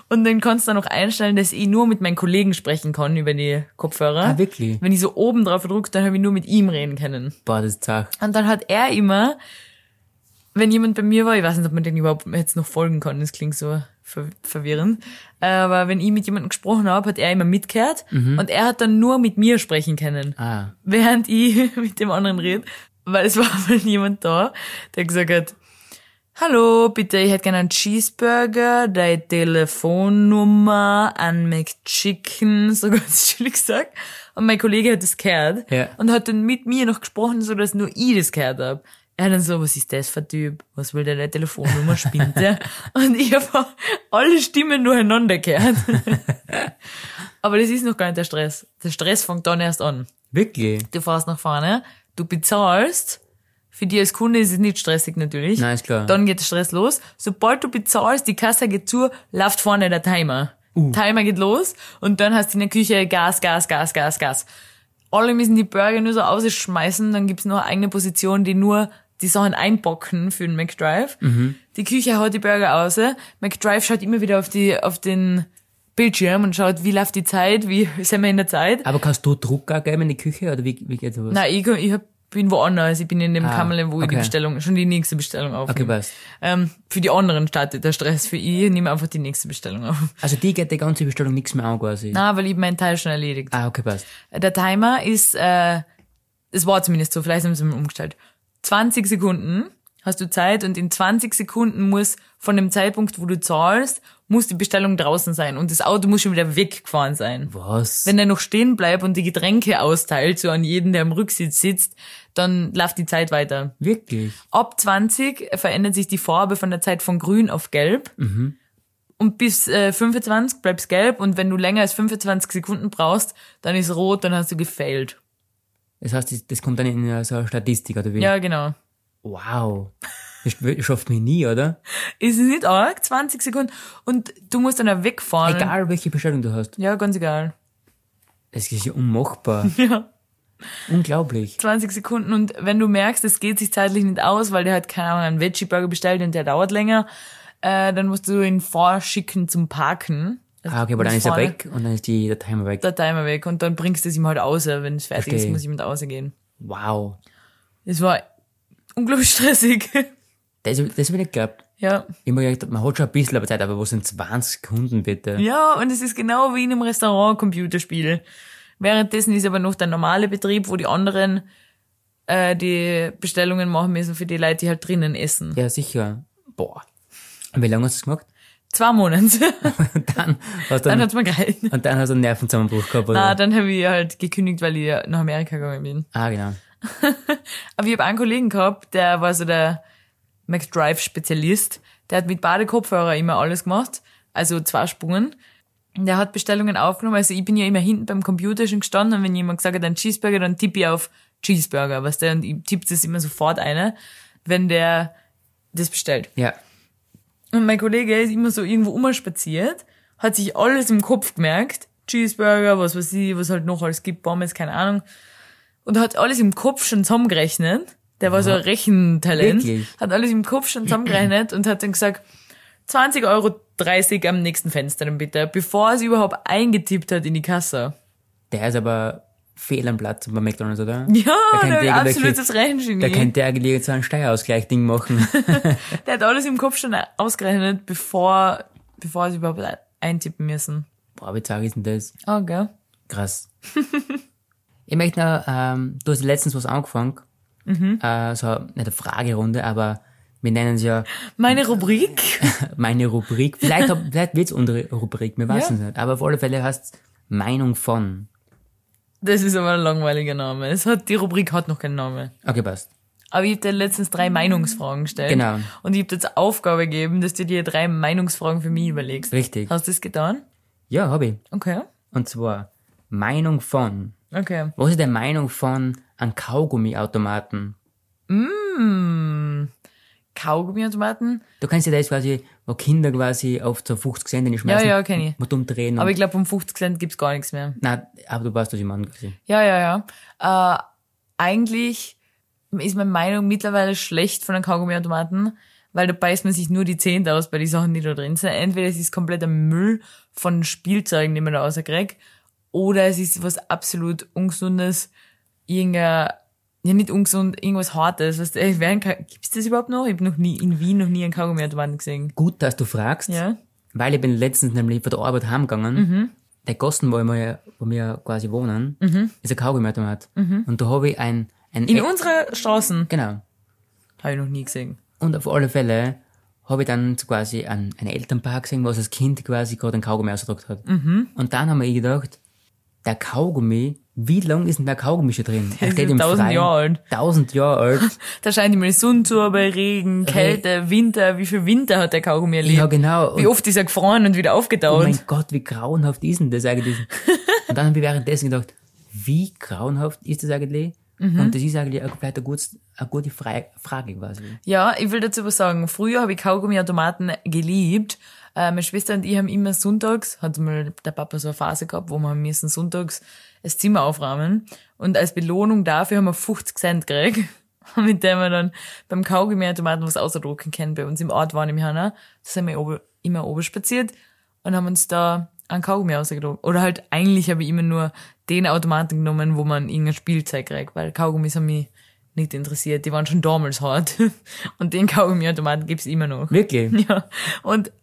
[SPEAKER 4] Und dann kannst du dann noch einstellen, dass ich nur mit meinen Kollegen sprechen kann über die Kopfhörer.
[SPEAKER 3] Ah, wirklich?
[SPEAKER 4] Wenn ich so oben drauf drücke, dann habe ich nur mit ihm reden können.
[SPEAKER 3] Boah, das ist zart.
[SPEAKER 4] Und dann hat er immer, wenn jemand bei mir war, ich weiß nicht, ob man den überhaupt jetzt noch folgen kann, das klingt so ver verwirrend, aber wenn ich mit jemandem gesprochen habe, hat er immer mitgehört und er hat dann nur mit mir sprechen können,
[SPEAKER 3] Ah.
[SPEAKER 4] während ich mit dem anderen rede, weil es war mal jemand da, der gesagt hat, Hallo, bitte, ich hätte gerne einen Cheeseburger, deine Telefonnummer, ein McChicken, so ganz chillig gesagt. Und mein Kollege hat das gehört
[SPEAKER 3] Ja.
[SPEAKER 4] und hat dann mit mir noch gesprochen, so dass nur ich das gehört hab. Er hat dann so, was ist das für ein Typ? Was will der deine Telefonnummer, spinnt der? Und ich habe alle Stimmen durcheinander gehört. Aber das ist noch gar nicht der Stress. Der Stress fängt dann erst an
[SPEAKER 3] Wirklich?
[SPEAKER 4] du fährst nach vorne, du bezahlst. Für dich als Kunde ist es nicht stressig natürlich.
[SPEAKER 3] Nein, ist klar.
[SPEAKER 4] Dann geht der Stress los. Sobald du bezahlst, die Kasse geht zu, läuft vorne der Timer.
[SPEAKER 3] Uh.
[SPEAKER 4] Timer geht los und dann hast du in der Küche Gas, Gas, Gas, Gas, Gas. Alle müssen die Burger nur so ausschmeißen, dann gibt's noch eine eigene Position, die nur die Sachen einpacken für den McDrive.
[SPEAKER 3] Mhm.
[SPEAKER 4] Die Küche haut die Burger aus. McDrive schaut immer wieder auf, die, auf den Bildschirm und schaut, wie läuft die Zeit, wie sind wir in der Zeit.
[SPEAKER 3] Aber kannst du Druck auch geben in die Küche, oder wie, wie geht sowas?
[SPEAKER 4] Nein, ich, komm- ich hab, bin woanders. Ich bin in dem
[SPEAKER 3] Ah,
[SPEAKER 4] Kammerle, wo ich die
[SPEAKER 3] okay.
[SPEAKER 4] Bestellung, schon die nächste Bestellung auf.
[SPEAKER 3] Okay, passt.
[SPEAKER 4] Ähm, für die anderen startet der Stress. Für ich nehme einfach die nächste Bestellung auf.
[SPEAKER 3] Also die geht die ganze Bestellung nichts mehr an, quasi.
[SPEAKER 4] Na, weil ich meinen Teil schon erledigt.
[SPEAKER 3] Ah, okay, passt.
[SPEAKER 4] Der Timer ist, äh, es war zumindest so, vielleicht haben sie ihn umgestellt. 20 Sekunden hast du Zeit und in 20 Sekunden muss von dem Zeitpunkt, wo du zahlst, muss die Bestellung draußen sein und das Auto muss schon wieder weggefahren sein.
[SPEAKER 3] Was?
[SPEAKER 4] Wenn er noch stehen bleibt und die Getränke austeilt, so an jeden, der im Rücksitz sitzt, dann läuft die Zeit weiter.
[SPEAKER 3] Wirklich?
[SPEAKER 4] Ab 20 verändert sich die Farbe von der Zeit von grün auf gelb.
[SPEAKER 3] Mhm.
[SPEAKER 4] Und bis äh, 25 bleibt's gelb und wenn du länger als 25 Sekunden brauchst, dann ist rot, dann hast du gefailt.
[SPEAKER 3] Das heißt, das, das kommt dann in äh, so eine Statistik, oder wie?
[SPEAKER 4] Ja, genau.
[SPEAKER 3] Wow. Das sch- schafft mich nie, oder?
[SPEAKER 4] Ist es nicht arg? 20 Sekunden. Und du musst dann auch wegfahren.
[SPEAKER 3] Egal, welche Bestellung du hast.
[SPEAKER 4] Ja, ganz egal.
[SPEAKER 3] Das ist ja unmachbar.
[SPEAKER 4] Ja.
[SPEAKER 3] Unglaublich.
[SPEAKER 4] 20 Sekunden und wenn du merkst, es geht sich zeitlich nicht aus, weil der hat keine Ahnung, einen Veggie Burger bestellt und der dauert länger, äh, dann musst du ihn vorschicken zum Parken. Also
[SPEAKER 3] Ah, okay, aber dann
[SPEAKER 4] mit
[SPEAKER 3] ist er
[SPEAKER 4] vorne
[SPEAKER 3] weg und dann ist die, der Timer weg.
[SPEAKER 4] Der Timer weg und dann bringst du es ihm halt aus, wenn es fertig ist,
[SPEAKER 3] Verstehe.
[SPEAKER 4] muss ich mit ausgehen.
[SPEAKER 3] Wow.
[SPEAKER 4] Es war unglaublich stressig.
[SPEAKER 3] Das, das hab ich nicht geglaubt.
[SPEAKER 4] ja.
[SPEAKER 3] Ich hab mir gedacht, man hat schon ein bisschen aber Zeit, aber wo sind 20 Sekunden bitte?
[SPEAKER 4] Ja, und es ist genau wie in einem Restaurant Computerspiel. Währenddessen ist aber noch der normale Betrieb, wo die anderen äh, die Bestellungen machen müssen für die Leute, die halt drinnen essen.
[SPEAKER 3] Ja, sicher. Boah. Und wie lange hast du das gemacht?
[SPEAKER 4] Zwei Monate.
[SPEAKER 3] Hast
[SPEAKER 4] dann
[SPEAKER 3] dann,
[SPEAKER 4] hat's mir gehalten.
[SPEAKER 3] und dann hast du einen Nervenzusammenbruch gehabt, oder?
[SPEAKER 4] Na, dann habe ich halt gekündigt, weil ich nach Amerika gegangen bin.
[SPEAKER 3] ah, genau.
[SPEAKER 4] Aber ich habe einen Kollegen gehabt, der war so der McDrive-Spezialist. Der hat mit Badekopfhörer immer alles gemacht, also zwei Spuren. Der hat Bestellungen aufgenommen. Also ich bin ja immer hinten beim Computer schon gestanden und wenn jemand gesagt hat, ein Cheeseburger, dann tippe ich auf Cheeseburger, was der und ich tippe das immer sofort eine, wenn der das bestellt.
[SPEAKER 3] Ja.
[SPEAKER 4] Und mein Kollege ist immer so irgendwo umspaziert, hat sich alles im Kopf gemerkt. Cheeseburger, was weiß ich, was halt noch alles gibt, Pommes, keine Ahnung. Und hat alles im Kopf schon zusammengerechnet. Der war so ein Rechentalent.
[SPEAKER 3] Wirklich?
[SPEAKER 4] Hat alles im Kopf schon zusammengerechnet und hat dann gesagt, 20,30 Euro am nächsten Fenster dann bitte, bevor sie überhaupt eingetippt hat in die Kasse.
[SPEAKER 3] Der ist aber fehl am Platz bei McDonalds, oder?
[SPEAKER 4] Ja,
[SPEAKER 3] könnte
[SPEAKER 4] der
[SPEAKER 3] irgendwelche-
[SPEAKER 4] absolutes
[SPEAKER 3] Da
[SPEAKER 4] Rechengenie.
[SPEAKER 3] könnte eigentlich so ein Steuerausgleich-Ding machen.
[SPEAKER 4] Der hat alles im Kopf schon ausgerechnet, bevor, bevor sie überhaupt eintippen müssen.
[SPEAKER 3] Boah, wie zack ist denn das?
[SPEAKER 4] Oh, gell?
[SPEAKER 3] Krass. ich möchte noch, ähm, du hast letztens was angefangen.
[SPEAKER 4] Mhm.
[SPEAKER 3] Äh, so, nicht eine Fragerunde, aber wir nennen es ja
[SPEAKER 4] Meine Rubrik.
[SPEAKER 3] meine Rubrik. Vielleicht, hab- vielleicht wird es unsere Rubrik, wir wissen es nicht. Aber auf alle Fälle heißt Meinung von.
[SPEAKER 4] Das ist aber ein langweiliger Name. Es hat, die Rubrik hat noch keinen Namen.
[SPEAKER 3] Okay, passt.
[SPEAKER 4] Aber ich habe dir letztens drei Meinungsfragen gestellt.
[SPEAKER 3] Genau.
[SPEAKER 4] Und ich habe dir jetzt Aufgabe gegeben, dass du dir drei Meinungsfragen für mich überlegst.
[SPEAKER 3] Richtig.
[SPEAKER 4] Hast du das getan?
[SPEAKER 3] Ja, habe ich.
[SPEAKER 4] Okay.
[SPEAKER 3] Und zwar Meinung von.
[SPEAKER 4] Okay.
[SPEAKER 3] Was ist die Meinung von einem Kaugummiautomaten?
[SPEAKER 4] Kaugummiautomaten.
[SPEAKER 3] Du kannst dir das quasi, wo Kinder quasi auf so 50 Cent in die schmeißen.
[SPEAKER 4] ja, kenn ich.
[SPEAKER 3] Mit umdrehen.
[SPEAKER 4] Aber
[SPEAKER 3] und,
[SPEAKER 4] ich glaube, um 50 Cent gibt's gar nichts mehr.
[SPEAKER 3] nein, aber du weißt, was ich meine. quasi.
[SPEAKER 4] Ja, ja, ja. Äh, eigentlich ist meine Meinung mittlerweile schlecht von den Kaugummiautomaten, weil da beißt man sich nur die Zehen aus bei den Sachen, die da drin sind. Entweder es ist kompletter Müll von Spielzeugen, die man da rauskriegt, oder es ist was absolut Ungesundes, irgendein, ja nicht ungesund, irgendwas Hartes. Weißt du, ey, wer ein Ka- gibt's das überhaupt noch? Ich habe noch nie, in Wien noch nie einen Kaugummiautomaten gesehen.
[SPEAKER 3] Gut, dass du fragst.
[SPEAKER 4] Ja? Mhm.
[SPEAKER 3] Weil ich bin letztens nämlich von der Arbeit heimgegangen. Der Gossen, wo wir, wo wir quasi wohnen, ist ein Kaugummiautomat. Und da habe ich ein... ein
[SPEAKER 4] Mhm. In
[SPEAKER 3] Ä-
[SPEAKER 4] unserer Straßen
[SPEAKER 3] Genau.
[SPEAKER 4] habe ich noch nie gesehen.
[SPEAKER 3] Und auf alle Fälle habe ich dann so quasi ein, ein Elternpaar gesehen, was das Kind quasi gerade einen Kaugummi ausgedruckt hat.
[SPEAKER 4] Mhm.
[SPEAKER 3] Und dann haben wir eh gedacht, der Kaugummi, wie lang ist denn der Kaugummi schon drin?
[SPEAKER 4] ist tausend Jahre alt.
[SPEAKER 3] Tausend Jahre alt.
[SPEAKER 4] Da scheint immer die Sonne zu, bei Regen, Kälte, Winter. Wie viel Winter hat der Kaugummi erlebt?
[SPEAKER 3] ja, genau.
[SPEAKER 4] Wie
[SPEAKER 3] Und,
[SPEAKER 4] oft ist er gefroren und wieder
[SPEAKER 3] oh
[SPEAKER 4] aufgetaut?
[SPEAKER 3] mein Gott, wie grauenhaft ist denn das eigentlich? und dann habe ich währenddessen gedacht, wie grauenhaft ist das eigentlich?
[SPEAKER 4] Mhm.
[SPEAKER 3] Und das ist eigentlich auch vielleicht eine, gutes, eine gute Frei- Frage quasi.
[SPEAKER 4] ja, ich will dazu was sagen. Früher habe ich Kaugummi-Automaten geliebt. Äh, meine Schwester und ich haben immer sonntags, hat mal der Papa so eine Phase gehabt, wo wir müssen sonntags das Zimmer aufräumen. Und als Belohnung dafür haben wir 50 Cent gekriegt, mit dem wir dann beim Kaugummi-Automaten was ausdrucken können. Bei uns im Ort waren im Hanna. Da sind wir ober, immer oben spaziert und haben uns da einen Kaugummi rausgedruckt. Oder halt eigentlich habe ich immer nur den Automaten genommen, wo man irgendein Spielzeug kriegt, weil Kaugummis haben mich nicht interessiert. Die waren schon damals hart. Und den Kaugummi-Automaten gibt's immer noch.
[SPEAKER 3] Wirklich?
[SPEAKER 4] Ja. Und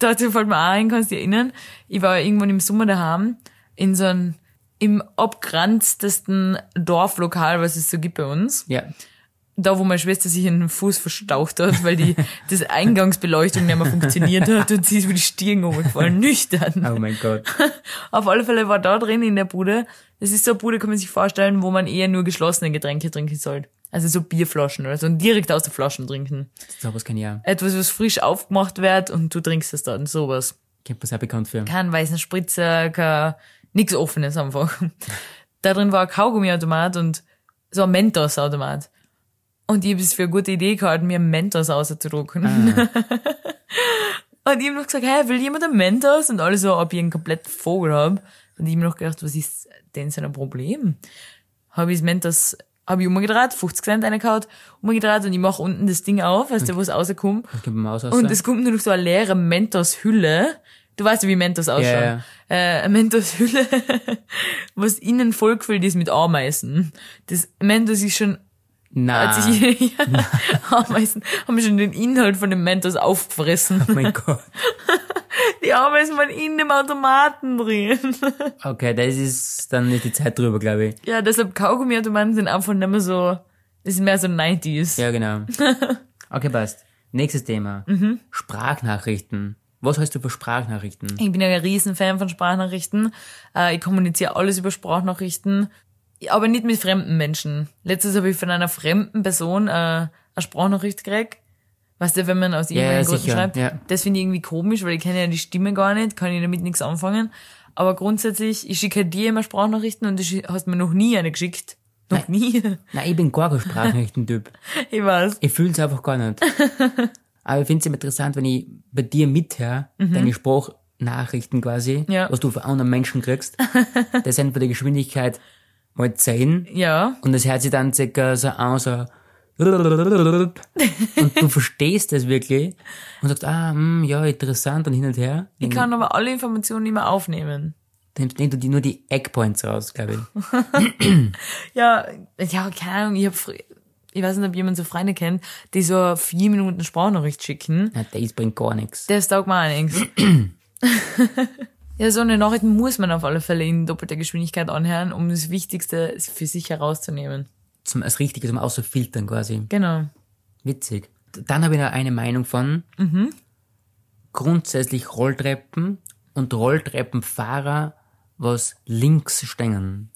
[SPEAKER 4] dazu fällt mir auch ein, kannst du dich erinnern, ich war irgendwann im Sommer daheim in so einem im abgranztesten Dorflokal, was es so gibt bei uns
[SPEAKER 3] Ja.
[SPEAKER 4] da, wo meine Schwester sich in den Fuß verstaucht hat, weil die das Eingangsbeleuchtung nicht mehr funktioniert hat und sie ist über die Stirn umgefallen, nüchtern.
[SPEAKER 3] Oh mein Gott.
[SPEAKER 4] Auf alle Fälle war da drin in der Bude, das ist so eine Bude, kann man sich vorstellen, wo man eher nur geschlossene Getränke trinken soll. Also so Bierflaschen oder so und direkt aus der Flaschen trinken.
[SPEAKER 3] So was kann ich auch.
[SPEAKER 4] Etwas, was frisch aufgemacht wird und du trinkst es dann, sowas.
[SPEAKER 3] Kennt man sehr bekannt für.
[SPEAKER 4] Kein weißen Spritzer, kein, nix Offenes einfach. Da drin war ein Kaugummiautomat und so ein Mentos-Automat. Und ich habe es für eine gute Idee gehalten, mir einen Mentos auszudrucken. und ich habe noch gesagt, hey, will jemand einen Mentos? Und alle so, ob ich einen kompletten Vogel habe. Und ich habe mir noch gedacht, was ist denn sein Problem? Habe ich das Mentos, habe ich umgedreht, 50 Cent reingekaut, umgedreht und ich mache unten das Ding auf, weißt du, wo es rauskommt.
[SPEAKER 3] Ich gebe mal aus.
[SPEAKER 4] Und es kommt nur noch so eine leere Mentos-Hülle. Du weißt ja, wie Mentos ausschaut.
[SPEAKER 3] Ja,
[SPEAKER 4] Äh, eine Mentos-Hülle, was innen vollgefüllt ist mit Ameisen. Das Mentos ist schon, hat
[SPEAKER 3] Nein.
[SPEAKER 4] sich, ja, Ameisen haben schon den Inhalt von dem Mentos aufgefressen.
[SPEAKER 3] Oh mein Gott.
[SPEAKER 4] Die Ameisen waren in dem Automaten drin.
[SPEAKER 3] Okay, das ist dann nicht die Zeit drüber, glaube ich.
[SPEAKER 4] Ja, deshalb Kaugummi-Automaten sind einfach nicht mehr so, das ist mehr so 90s.
[SPEAKER 3] Ja, genau. Okay, passt. Nächstes Thema.
[SPEAKER 4] Mhm.
[SPEAKER 3] Sprachnachrichten. Was hältst du für Sprachnachrichten?
[SPEAKER 4] Ich bin ja ein Riesenfan von Sprachnachrichten. Äh, Ich kommuniziere alles über Sprachnachrichten, aber nicht mit fremden Menschen. Letztes habe ich von einer fremden Person äh, eine Sprachnachricht gekriegt. Weißt du, wenn man aus
[SPEAKER 3] ja,
[SPEAKER 4] irgendeinem Grund
[SPEAKER 3] sicher,
[SPEAKER 4] schreibt.
[SPEAKER 3] ja.
[SPEAKER 4] Das finde ich irgendwie komisch, weil ich kenne ja die Stimme gar nicht, kann ich damit nichts anfangen. Aber grundsätzlich, ich schicke dir immer Sprachnachrichten und du schi- hast mir noch nie eine geschickt. Noch nie.
[SPEAKER 3] Nein, ich bin gar kein Sprachnachrichten-Typ.
[SPEAKER 4] Ich weiß.
[SPEAKER 3] Ich fühle es einfach gar nicht. Aber ich finde es immer interessant, wenn ich bei dir mithöre, deine Sprachnachrichten quasi,
[SPEAKER 4] Mhm. Ja.
[SPEAKER 3] was du von anderen Menschen kriegst, das sind bei der Geschwindigkeit mal 10
[SPEAKER 4] Ja.
[SPEAKER 3] Und das hört sich dann circa so an, so. Und du verstehst das wirklich und sagst, ah, hm, ja, interessant und hin und her.
[SPEAKER 4] Ich kann aber alle Informationen immer aufnehmen.
[SPEAKER 3] Da nimmst du die- nur die Eggpoints raus, glaube ich.
[SPEAKER 4] Ja, ja, keine Ahnung, ich hab früher, ich weiß nicht, ob jemand so Freunde kennt, die so vier Minuten Sprachnachricht schicken.
[SPEAKER 3] Na, das bringt gar nichts.
[SPEAKER 4] Das taugt mir auch nichts. Ja, so eine Nachricht muss man auf alle Fälle in doppelter Geschwindigkeit anhören, um das Wichtigste für sich herauszunehmen.
[SPEAKER 3] Zum, als richtig zum Außerfiltern quasi.
[SPEAKER 4] Genau.
[SPEAKER 3] Witzig. Dann habe ich noch eine Meinung von grundsätzlich Rolltreppen und Rolltreppenfahrer, was links stehen.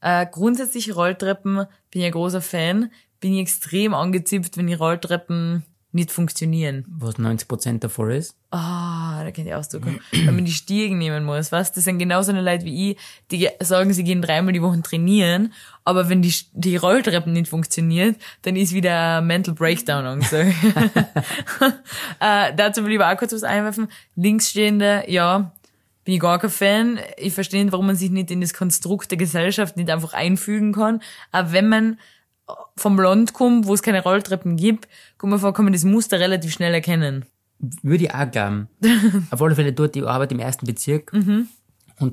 [SPEAKER 4] Äh, grundsätzlich Rolltreppen bin ich ein großer Fan. Bin ich extrem angezipft, wenn die Rolltreppen nicht funktionieren.
[SPEAKER 3] was 90% der Fall ist.
[SPEAKER 4] Ah, da kennt ihr ausdrücken. Wenn man die Stiegen nehmen muss, was? Das sind genauso eine Leute wie ich, die ge- sagen, sie gehen dreimal die Woche trainieren, aber wenn die, Sch- die Rolltreppen nicht funktioniert, dann ist wieder Mental Breakdown angesagt. äh, dazu will ich aber auch kurz was einwerfen. Linksstehende, ja, bin ich gar kein Fan. Ich verstehe nicht, warum man sich nicht in das Konstrukt der Gesellschaft nicht einfach einfügen kann. Aber wenn man vom Land kommt, wo es keine Rolltreppen gibt, kommt man vor, kann man das Muster relativ schnell erkennen.
[SPEAKER 3] Würde ich auch glauben. Auf alle Fälle dort die Arbeit im ersten Bezirk. Und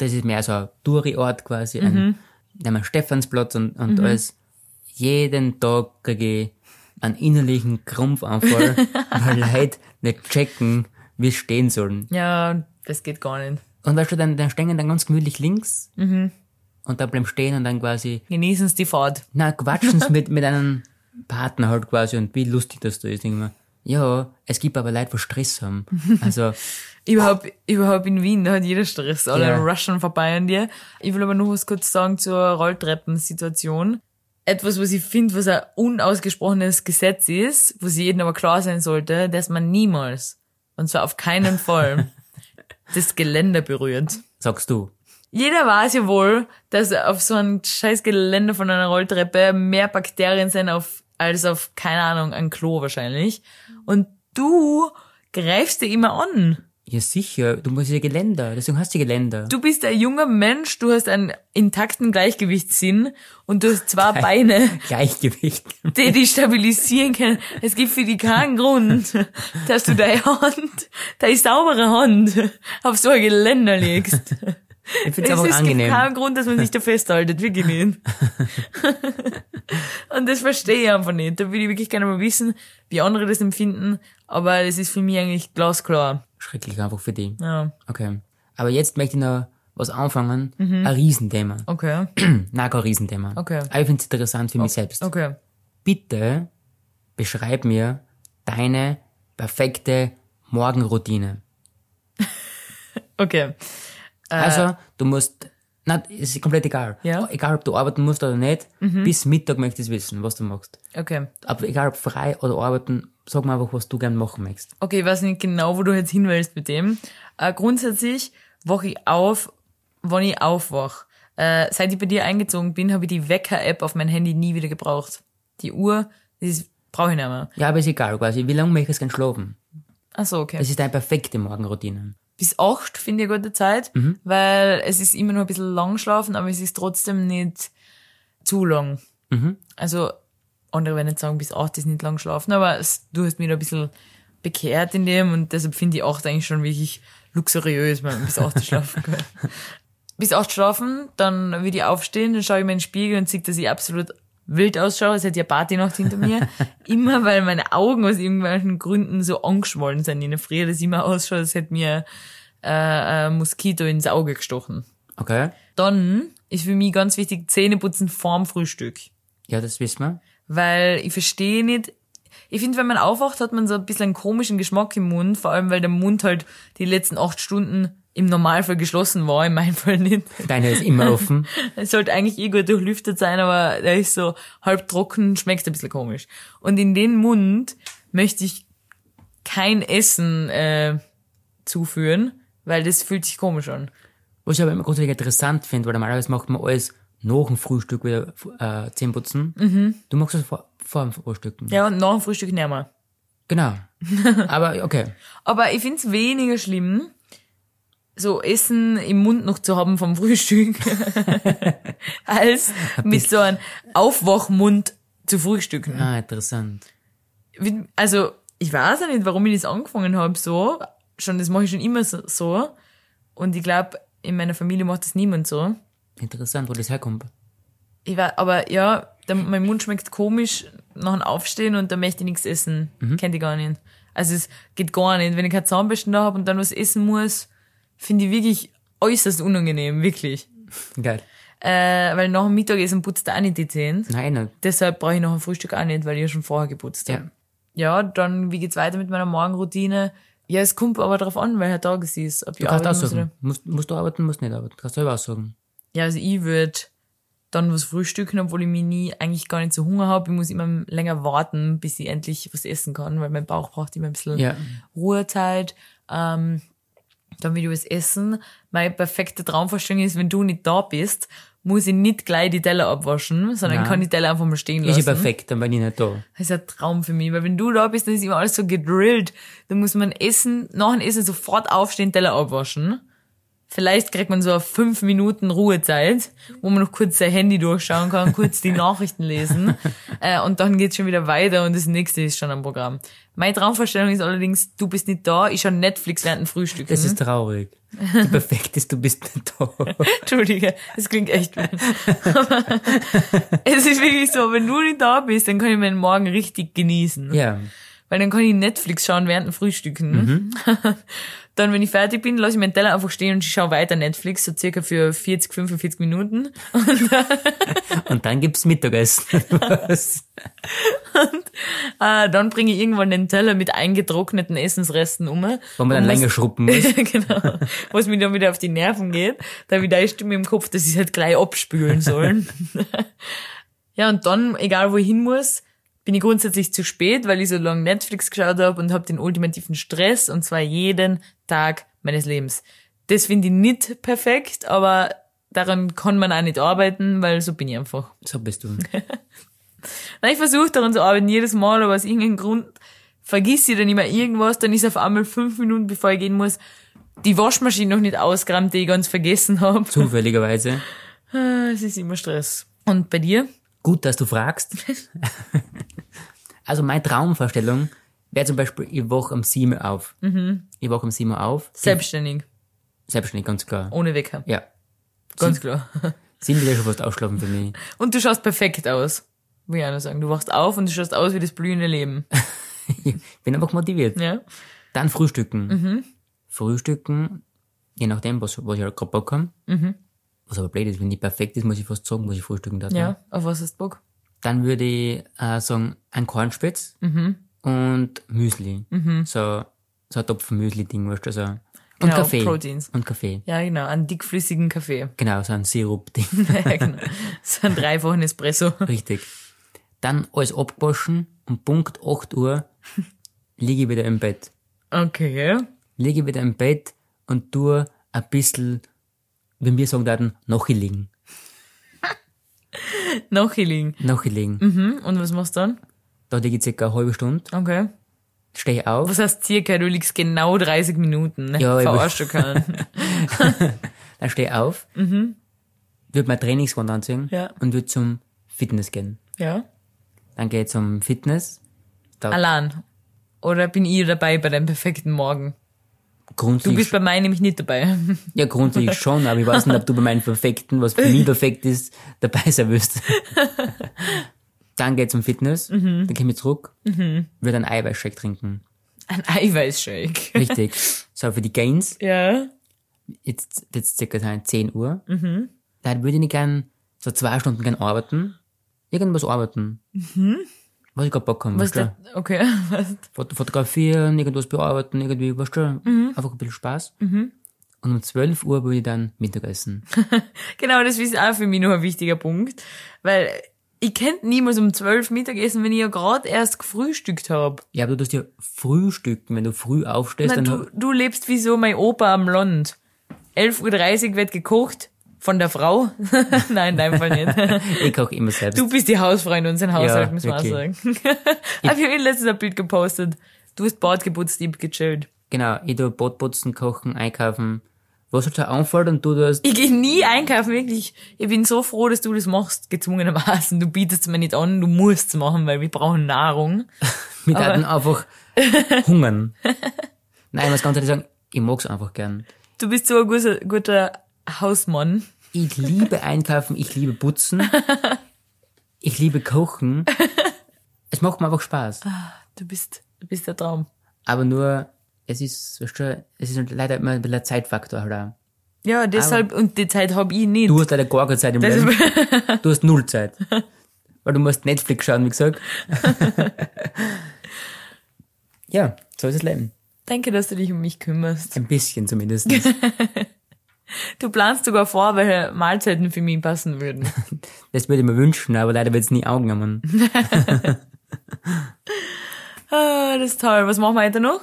[SPEAKER 3] das ist mehr so ein Touri-Ort quasi, ein, nehmen wir Stephansplatz und, und alles. Jeden Tag kriege ich einen innerlichen Krumpfanfall, weil Leute nicht checken, wie sie stehen sollen.
[SPEAKER 4] Ja, das geht gar nicht.
[SPEAKER 3] Und weißt du, dann, dann stehen dann ganz gemütlich links und dann bleiben stehen und dann quasi,
[SPEAKER 4] Genießen Sie die Fahrt.
[SPEAKER 3] na, quatschen sie mit, mit einem Partner halt quasi und wie lustig das da ist. Denke ich mir, ja, es gibt aber Leute, die Stress haben. Also,
[SPEAKER 4] Überhaupt, überhaupt in Wien, da hat jeder Stress. Alle
[SPEAKER 3] Ja.
[SPEAKER 4] rushen vorbei an dir. Ich will aber nur was kurz sagen zur Rolltreppensituation. Etwas, was ich finde, was ein unausgesprochenes Gesetz ist, was jedem aber klar sein sollte, dass man niemals, und zwar auf keinen Fall, das Geländer berührt.
[SPEAKER 3] sagst du.
[SPEAKER 4] Jeder weiß ja wohl, dass auf so einem scheiß Gelände von einer Rolltreppe mehr Bakterien sind auf, als auf, keine Ahnung, ein Klo wahrscheinlich. Und du greifst dir immer an.
[SPEAKER 3] Ja, sicher, du musst ja Geländer, deswegen hast du Geländer.
[SPEAKER 4] Du bist ein junger Mensch, du hast einen intakten Gleichgewichtssinn und du hast zwei Beine,
[SPEAKER 3] Gleichgewicht.
[SPEAKER 4] die dich stabilisieren können. Es gibt für dich keinen Grund, dass du deine Hand, deine saubere Hand auf so ein Geländer legst.
[SPEAKER 3] Ich find's
[SPEAKER 4] es
[SPEAKER 3] einfach
[SPEAKER 4] ist
[SPEAKER 3] angenehm.
[SPEAKER 4] kein Grund, dass man sich da festhaltet, wirklich nicht. und das verstehe ich einfach nicht. Da will ich wirklich gerne mal wissen, wie andere das empfinden, aber es ist für mich eigentlich glasklar.
[SPEAKER 3] Schrecklich einfach für die.
[SPEAKER 4] Ja,
[SPEAKER 3] Okay. Aber jetzt möchte ich noch was anfangen. Ein Riesenthema.
[SPEAKER 4] okay,
[SPEAKER 3] Nein, kein Riesenthema.
[SPEAKER 4] Mhm. Okay.
[SPEAKER 3] Aber ich finde es interessant für mich selbst.
[SPEAKER 4] okay.
[SPEAKER 3] Bitte beschreib mir deine perfekte Morgenroutine.
[SPEAKER 4] Okay.
[SPEAKER 3] Also, du musst, na, ist komplett egal.
[SPEAKER 4] Äh. Ja. Mhm.
[SPEAKER 3] Egal, ob du arbeiten musst oder nicht, bis Mittag möchtest du wissen, was du machst.
[SPEAKER 4] Okay.
[SPEAKER 3] Aber egal, ob frei oder arbeiten, sag mir einfach, was du gern machen möchtest.
[SPEAKER 4] Okay, ich weiß nicht genau, wo du jetzt hin willst mit dem. Äh, grundsätzlich wache ich auf, wann ich aufwach. Äh, seit ich bei dir eingezogen bin, habe ich die Wecker-App auf mein Handy nie wieder gebraucht. Die Uhr, das ist- brauche ich nicht mehr.
[SPEAKER 3] Ja, aber ist egal, quasi. Wie lange möchtest du gern schlafen?
[SPEAKER 4] Ach so, okay.
[SPEAKER 3] Das ist deine perfekte Morgenroutine.
[SPEAKER 4] bis acht finde ich eine gute Zeit, weil es ist immer nur ein bisschen lang schlafen, aber es ist trotzdem nicht zu lang. Also andere werden jetzt sagen, bis acht ist nicht lang schlafen, aber es, du hast mich da ein bisschen bekehrt in dem und deshalb finde ich acht eigentlich schon wirklich luxuriös, wenn man bis acht schlafen kann. Bis acht schlafen, dann würde ich aufstehen, dann schaue ich mir in den Spiegel und sehe, dass ich absolut wild ausschaue, als hätte ich eine Partynacht hinter mir. immer weil meine Augen aus irgendwelchen Gründen so angeschwollen sind in der Früh, dass ich immer ausschaue, als hätte mir äh, ein Moskito ins Auge gestochen.
[SPEAKER 3] Okay?
[SPEAKER 4] Dann ist für mich ganz wichtig, Zähneputzen vorm Frühstück.
[SPEAKER 3] Ja, das wissen wir.
[SPEAKER 4] Weil ich verstehe nicht, ich finde, wenn man aufwacht, hat man so ein bisschen einen komischen Geschmack im Mund, vor allem weil der Mund halt die letzten acht Stunden im Normalfall geschlossen war, in meinem Fall nicht.
[SPEAKER 3] Deine ist immer offen.
[SPEAKER 4] Es sollte eigentlich eh gut durchlüftet sein, aber der ist so halb trocken, schmeckt ein bisschen komisch. Und in den Mund möchte ich kein Essen äh, zuführen, weil das fühlt sich komisch an.
[SPEAKER 3] Was ich aber immer grundsätzlich interessant finde, weil normalerweise macht man alles nach dem Frühstück wieder äh, Zähneputzen. Du machst das vor, vor dem Frühstücken.
[SPEAKER 4] Mhm. Ja, und nach dem Frühstück nicht mehr.
[SPEAKER 3] Genau. Aber okay.
[SPEAKER 4] Aber ich find's weniger schlimm, so Essen im Mund noch zu haben vom Frühstück, als mit so einem Aufwachmund zu frühstücken.
[SPEAKER 3] Ah, interessant.
[SPEAKER 4] Wie- Also, ich weiß ja nicht, warum ich das angefangen habe so. Schon, das mache ich schon immer so. so. Und ich glaube, in meiner Familie macht das niemand so.
[SPEAKER 3] Interessant, wo das herkommt.
[SPEAKER 4] Ich war, aber ja, der, mein Mund schmeckt komisch nach dem Aufstehen und da möchte ich nichts essen.
[SPEAKER 3] Mhm.
[SPEAKER 4] Kennt ich gar nicht. Also es geht gar nicht. Wenn ich keine Zahnbürsten da habe und dann was essen muss, finde ich wirklich äußerst unangenehm, wirklich.
[SPEAKER 3] Geil.
[SPEAKER 4] Äh, weil nach dem Mittagessen putzt er auch nicht die Zähne.
[SPEAKER 3] Nein, nein.
[SPEAKER 4] Deshalb brauche ich nach dem Frühstück auch nicht, weil ich ja schon vorher geputzt
[SPEAKER 3] Ja.
[SPEAKER 4] habe. Ja, dann, wie geht's weiter mit meiner Morgenroutine? Ja, es kommt aber drauf an, welcher Tag es ist. Ob
[SPEAKER 3] Du
[SPEAKER 4] ich
[SPEAKER 3] kannst
[SPEAKER 4] arbeiten muss
[SPEAKER 3] aussuchen.
[SPEAKER 4] oder-
[SPEAKER 3] Musst, musst du arbeiten, musst nicht arbeiten. Kannst du selber aussuchen.
[SPEAKER 4] Ja, also ich würde dann was frühstücken, obwohl ich mich nie, eigentlich gar nicht so Hunger habe. Ich muss immer länger warten, bis ich endlich was essen kann, weil mein Bauch braucht immer ein bisschen
[SPEAKER 3] Ja.
[SPEAKER 4] Ruhezeit. Ähm, dann will ich was essen. Meine perfekte Traumvorstellung ist, wenn du nicht da bist, muss ich nicht gleich die Teller abwaschen, sondern
[SPEAKER 3] Nein.
[SPEAKER 4] kann die Teller einfach mal stehen
[SPEAKER 3] Ist
[SPEAKER 4] lassen.
[SPEAKER 3] ja perfekt, dann bin ich nicht da.
[SPEAKER 4] Das ist ein Traum für mich, weil wenn du da bist, dann ist immer alles so gedrillt. Dann muss man essen, nach dem Essen sofort aufstehen, Teller abwaschen. Vielleicht kriegt man so eine fünf Minuten Ruhezeit, wo man noch kurz sein Handy durchschauen kann, kurz die Nachrichten lesen. Äh, und dann geht's schon wieder weiter und das nächste ist schon am Programm. Meine Traumvorstellung ist allerdings, du bist nicht da, ich schaue Netflix während dem Frühstück.
[SPEAKER 3] Das ist traurig. Die perfekt ist, du bist nicht da.
[SPEAKER 4] Entschuldige, das klingt echt blöd. Aber es ist wirklich so, wenn du nicht da bist, dann kann ich meinen Morgen richtig genießen.
[SPEAKER 3] Ja.
[SPEAKER 4] Weil dann kann ich Netflix schauen während dem Frühstücken. ne? dann, wenn ich fertig bin, lasse ich meinen Teller einfach stehen und ich schaue weiter Netflix, so circa für 40, 45 Minuten.
[SPEAKER 3] Und dann gibt's Mittagessen. Was?
[SPEAKER 4] Äh, dann bringe ich irgendwann den Teller mit eingetrockneten Essensresten um.
[SPEAKER 3] Wo man dann länger schruppen muss.
[SPEAKER 4] genau. Was mir dann wieder auf die Nerven geht. Da wieder eine Stimme im Kopf, dass sie es halt gleich abspülen sollen. ja, und dann, egal wo ich hin muss, bin ich grundsätzlich zu spät, weil ich so lange Netflix geschaut habe und habe den ultimativen Stress und zwar jeden Tag meines Lebens. Das finde ich nicht perfekt, aber daran kann man auch nicht arbeiten, weil so bin ich einfach.
[SPEAKER 3] So bist du.
[SPEAKER 4] Nein, ich versuche daran zu arbeiten jedes Mal, aber aus irgendeinem Grund vergiss ich dann immer irgendwas, dann ist auf einmal fünf Minuten, bevor ich gehen muss, die Waschmaschine noch nicht ausgeräumt, die ich ganz vergessen habe.
[SPEAKER 3] Zufälligerweise.
[SPEAKER 4] Es ist immer Stress. Und bei dir?
[SPEAKER 3] Gut, dass du fragst. Also meine Traumvorstellung wäre zum Beispiel, ich wach am 7 Uhr auf. Ich wach am 7 Uhr auf.
[SPEAKER 4] Selbstständig,
[SPEAKER 3] Selbstständig, ganz klar.
[SPEAKER 4] ohne Wecker.
[SPEAKER 3] Ja.
[SPEAKER 4] Ganz klar.
[SPEAKER 3] 7 Uhr ist schon fast ausschlafen für mich.
[SPEAKER 4] Und du schaust perfekt aus. Will ich auch noch sagen. Du wachst auf und du schaust aus wie das blühende Leben.
[SPEAKER 3] Ich bin einfach motiviert.
[SPEAKER 4] Ja?
[SPEAKER 3] Dann frühstücken. Frühstücken, je nachdem, was, was ich halt gerade Bock habe. Was aber blöd ist, wenn die perfekt ist, muss ich fast sagen, was ich frühstücken darf. ne?
[SPEAKER 4] Ja? Auf was hast du Bock?
[SPEAKER 3] Dann würde ich äh, sagen, ein Kornspitz
[SPEAKER 4] Mhm.
[SPEAKER 3] und Müsli. So, so ein Topf Müsli-Ding, weißt du, also. Und
[SPEAKER 4] Genau,
[SPEAKER 3] Kaffee.
[SPEAKER 4] Proteins.
[SPEAKER 3] Und Kaffee.
[SPEAKER 4] Ja, genau. Einen dickflüssigen Kaffee.
[SPEAKER 3] Genau, so ein Sirup-Ding.
[SPEAKER 4] ja, genau. So einen dreifachen Espresso.
[SPEAKER 3] Richtig. Dann alles abgewaschen und Punkt 8 Uhr liege ich wieder im Bett.
[SPEAKER 4] Okay.
[SPEAKER 3] Liege ich wieder im Bett und tue ein bisschen, wenn wir sagen würden, noch liegen.
[SPEAKER 4] Noch Healing.
[SPEAKER 3] Noch liegen.
[SPEAKER 4] Mhm. Und was machst du dann?
[SPEAKER 3] Da liege ich circa eine halbe Stunde,
[SPEAKER 4] Okay.
[SPEAKER 3] stehe auf,
[SPEAKER 4] Was heißt circa? Du liegst genau 30 Minuten.
[SPEAKER 3] Ja,
[SPEAKER 4] Ja,
[SPEAKER 3] ich-
[SPEAKER 4] Verarsch du keinen.
[SPEAKER 3] dann stehe auf, würde mein Trainingsgewand anziehen
[SPEAKER 4] Mhm. Ja.
[SPEAKER 3] und würde zum Fitness gehen.
[SPEAKER 4] ja.
[SPEAKER 3] Dann gehe ich zum Fitness. Da
[SPEAKER 4] Alan. Oder bin ich dabei bei deinem perfekten Morgen? Du
[SPEAKER 3] grundsätzlich,
[SPEAKER 4] bist bei meinem nämlich nicht dabei.
[SPEAKER 3] ja, grundsätzlich schon, aber ich weiß nicht, ob du bei meinem Perfekten, was für mich perfekt ist, dabei sein wirst. dann gehe ich zum Fitness,
[SPEAKER 4] Mhm.
[SPEAKER 3] dann komme ich zurück, würde einen Eiweißshake trinken.
[SPEAKER 4] Ein Eiweißshake.
[SPEAKER 3] Richtig. so, für die Gains,
[SPEAKER 4] Ja.
[SPEAKER 3] jetzt, jetzt circa sein 10 Uhr,
[SPEAKER 4] Mhm.
[SPEAKER 3] dann würde ich nicht gern so zwei Stunden gern arbeiten, irgendwas arbeiten. Was ich gerade Bock habe,
[SPEAKER 4] Mhm.
[SPEAKER 3] weißt
[SPEAKER 4] Was
[SPEAKER 3] du?
[SPEAKER 4] da, okay. Was?
[SPEAKER 3] Fot- Fotografieren, irgendwas bearbeiten, irgendwie, weißt du?
[SPEAKER 4] Mhm.
[SPEAKER 3] Einfach ein bisschen Spaß. Und um 12 Uhr würde ich dann Mittagessen.
[SPEAKER 4] Genau, das ist auch für mich noch ein wichtiger Punkt. Weil ich könnte niemals um 12 Mittag essen, wenn ich ja gerade erst gefrühstückt habe.
[SPEAKER 3] ja, aber du tust ja frühstücken, wenn du früh aufstehst,
[SPEAKER 4] Na,
[SPEAKER 3] dann
[SPEAKER 4] du, du lebst wie so mein Opa am Land. 11.30 Uhr wird gekocht von der Frau. Nein, in deinem Fall nicht.
[SPEAKER 3] ich koche immer selbst.
[SPEAKER 4] Du bist die Hausfrau in unserem Haushalt,
[SPEAKER 3] Ja,
[SPEAKER 4] muss man auch sagen.
[SPEAKER 3] wirklich.
[SPEAKER 4] Aber ich habe letztens ein Bild gepostet. Du hast Bart geputzt, ich hab gechillt.
[SPEAKER 3] Genau, ich tu Brot putzen, kochen, einkaufen. Was halt da anfällt und du tust,
[SPEAKER 4] Ich gehe nie einkaufen, wirklich. Ich bin so froh, dass du das machst, gezwungenermaßen. Du bietest es mir nicht an, du musst es machen, weil wir brauchen Nahrung.
[SPEAKER 3] mit einem einfach hungern. Nein, ich muss ganz ehrlich sagen, ich mag's einfach gern.
[SPEAKER 4] Du bist so ein guter, guter Hausmann.
[SPEAKER 3] Ich liebe einkaufen, ich liebe putzen, ich liebe kochen. Es macht mir einfach Spaß.
[SPEAKER 4] Du bist, du bist der Traum.
[SPEAKER 3] Aber nur, es ist, weißt du, es ist leider immer ein bisschen ein Zeitfaktor halt auch.
[SPEAKER 4] Ja, deshalb, und die Zeit hab ich nicht.
[SPEAKER 3] Du hast leider gar keine Zeit im
[SPEAKER 4] Das
[SPEAKER 3] Leben. Du hast null Zeit. Weil du musst Netflix schauen, wie gesagt. ja, so ist das Leben.
[SPEAKER 4] Danke, dass du dich um mich kümmerst.
[SPEAKER 3] Ein bisschen zumindest.
[SPEAKER 4] Du planst sogar vor, welche Mahlzeiten für mich passen würden.
[SPEAKER 3] Das würde ich mir wünschen, aber leider wird's nie Augen haben.
[SPEAKER 4] Ah, das ist toll. Was machen wir heute noch?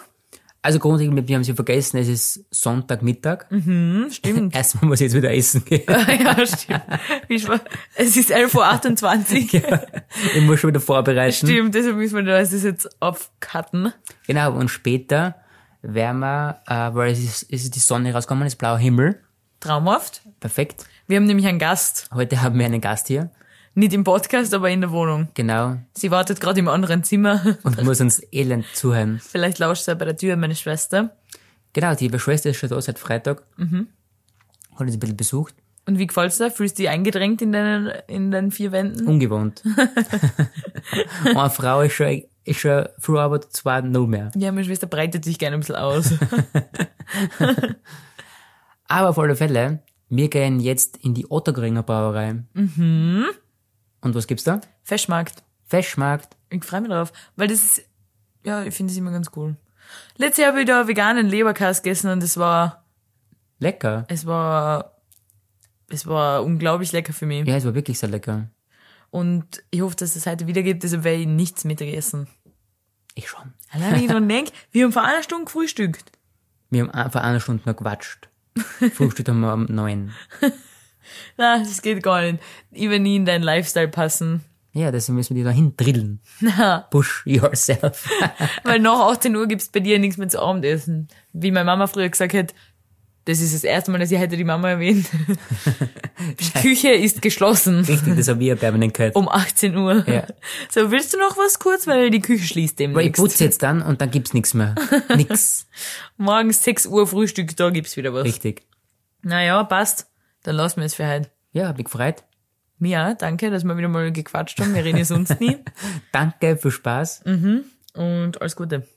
[SPEAKER 3] Also grundsätzlich, wir haben sie vergessen, es ist Sonntagmittag.
[SPEAKER 4] Hm, stimmt.
[SPEAKER 3] Erstmal muss ich jetzt wieder essen gehen.
[SPEAKER 4] ja, stimmt. Wie schwa- Es ist 11.28 Uhr.
[SPEAKER 3] Ich muss schon wieder vorbereiten.
[SPEAKER 4] Stimmt, deshalb müssen wir das jetzt aufcutten.
[SPEAKER 3] Genau, und später werden wir, äh, weil es ist, es ist die Sonne rausgekommen, es ist blauer Himmel.
[SPEAKER 4] Traumhaft.
[SPEAKER 3] Perfekt.
[SPEAKER 4] Wir haben nämlich einen Gast.
[SPEAKER 3] Heute haben wir einen Gast hier.
[SPEAKER 4] Nicht im Podcast, aber in der Wohnung.
[SPEAKER 3] Genau.
[SPEAKER 4] Sie wartet gerade im anderen Zimmer.
[SPEAKER 3] Und muss uns elend zuhören.
[SPEAKER 4] Vielleicht lauscht sie bei der Tür, meine Schwester.
[SPEAKER 3] Genau, die Schwester ist schon da seit Freitag. Hat uns ein bisschen besucht.
[SPEAKER 4] Und wie gefällt's dir? Fühlst du dich eingedrängt in deinen, in deinen vier Wänden?
[SPEAKER 3] Ungewohnt. Eine Frau ist schon, ist schon früh Arbeit, zwar noch mehr.
[SPEAKER 4] Ja, meine Schwester breitet sich gerne ein bisschen aus.
[SPEAKER 3] Aber auf alle Fälle, wir gehen jetzt in die Ottergringer Brauerei. Und was gibt's da?
[SPEAKER 4] Feschmarkt.
[SPEAKER 3] Feschmarkt.
[SPEAKER 4] Ich freue mich drauf, weil das ist, ja, ich finde es immer ganz cool. Letztes Jahr habe ich da veganen Leberkäse gegessen und es war,
[SPEAKER 3] Lecker.
[SPEAKER 4] es war, es war unglaublich lecker für mich.
[SPEAKER 3] Ja, es war wirklich sehr lecker.
[SPEAKER 4] Und ich hoffe, dass es heute wieder gibt, deshalb werde ich nichts Mittag essen.
[SPEAKER 3] Ich schon.
[SPEAKER 4] Allein wenn ich dran denk, wir haben vor einer Stunde gefrühstückt.
[SPEAKER 3] Wir haben ein- vor einer Stunde noch gequatscht. Frühstück haben wir um neun.
[SPEAKER 4] Na, das geht gar nicht. Ich will nie in deinen Lifestyle passen.
[SPEAKER 3] Ja, deswegen müssen wir die dahin drillen.
[SPEAKER 4] Na,
[SPEAKER 3] Push yourself.
[SPEAKER 4] weil nach 18 Uhr gibt's bei dir nichts mehr zu Abendessen. Wie meine Mama früher gesagt hat, das ist das erste Mal, dass ich heute die Mama erwähnt. Die Küche ist geschlossen.
[SPEAKER 3] Richtig, das habe ich ja permanent gehört.
[SPEAKER 4] um 18 Uhr.
[SPEAKER 3] Ja.
[SPEAKER 4] So, willst du noch was kurz, weil die Küche schließt
[SPEAKER 3] Weil ich
[SPEAKER 4] demnächst.
[SPEAKER 3] putze jetzt dann und dann gibt's nichts mehr. Nix.
[SPEAKER 4] Morgens 6 Uhr Frühstück, da gibt's wieder was.
[SPEAKER 3] Richtig.
[SPEAKER 4] Naja, passt. Dann lassen wir es für heute.
[SPEAKER 3] Ja, hab ich gefreut.
[SPEAKER 4] Mia, danke, dass wir wieder mal gequatscht haben. Wir reden ja sonst nie.
[SPEAKER 3] Danke, viel Spaß.
[SPEAKER 4] Und alles Gute.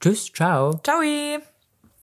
[SPEAKER 3] Tschüss, ciao.
[SPEAKER 4] Ciao!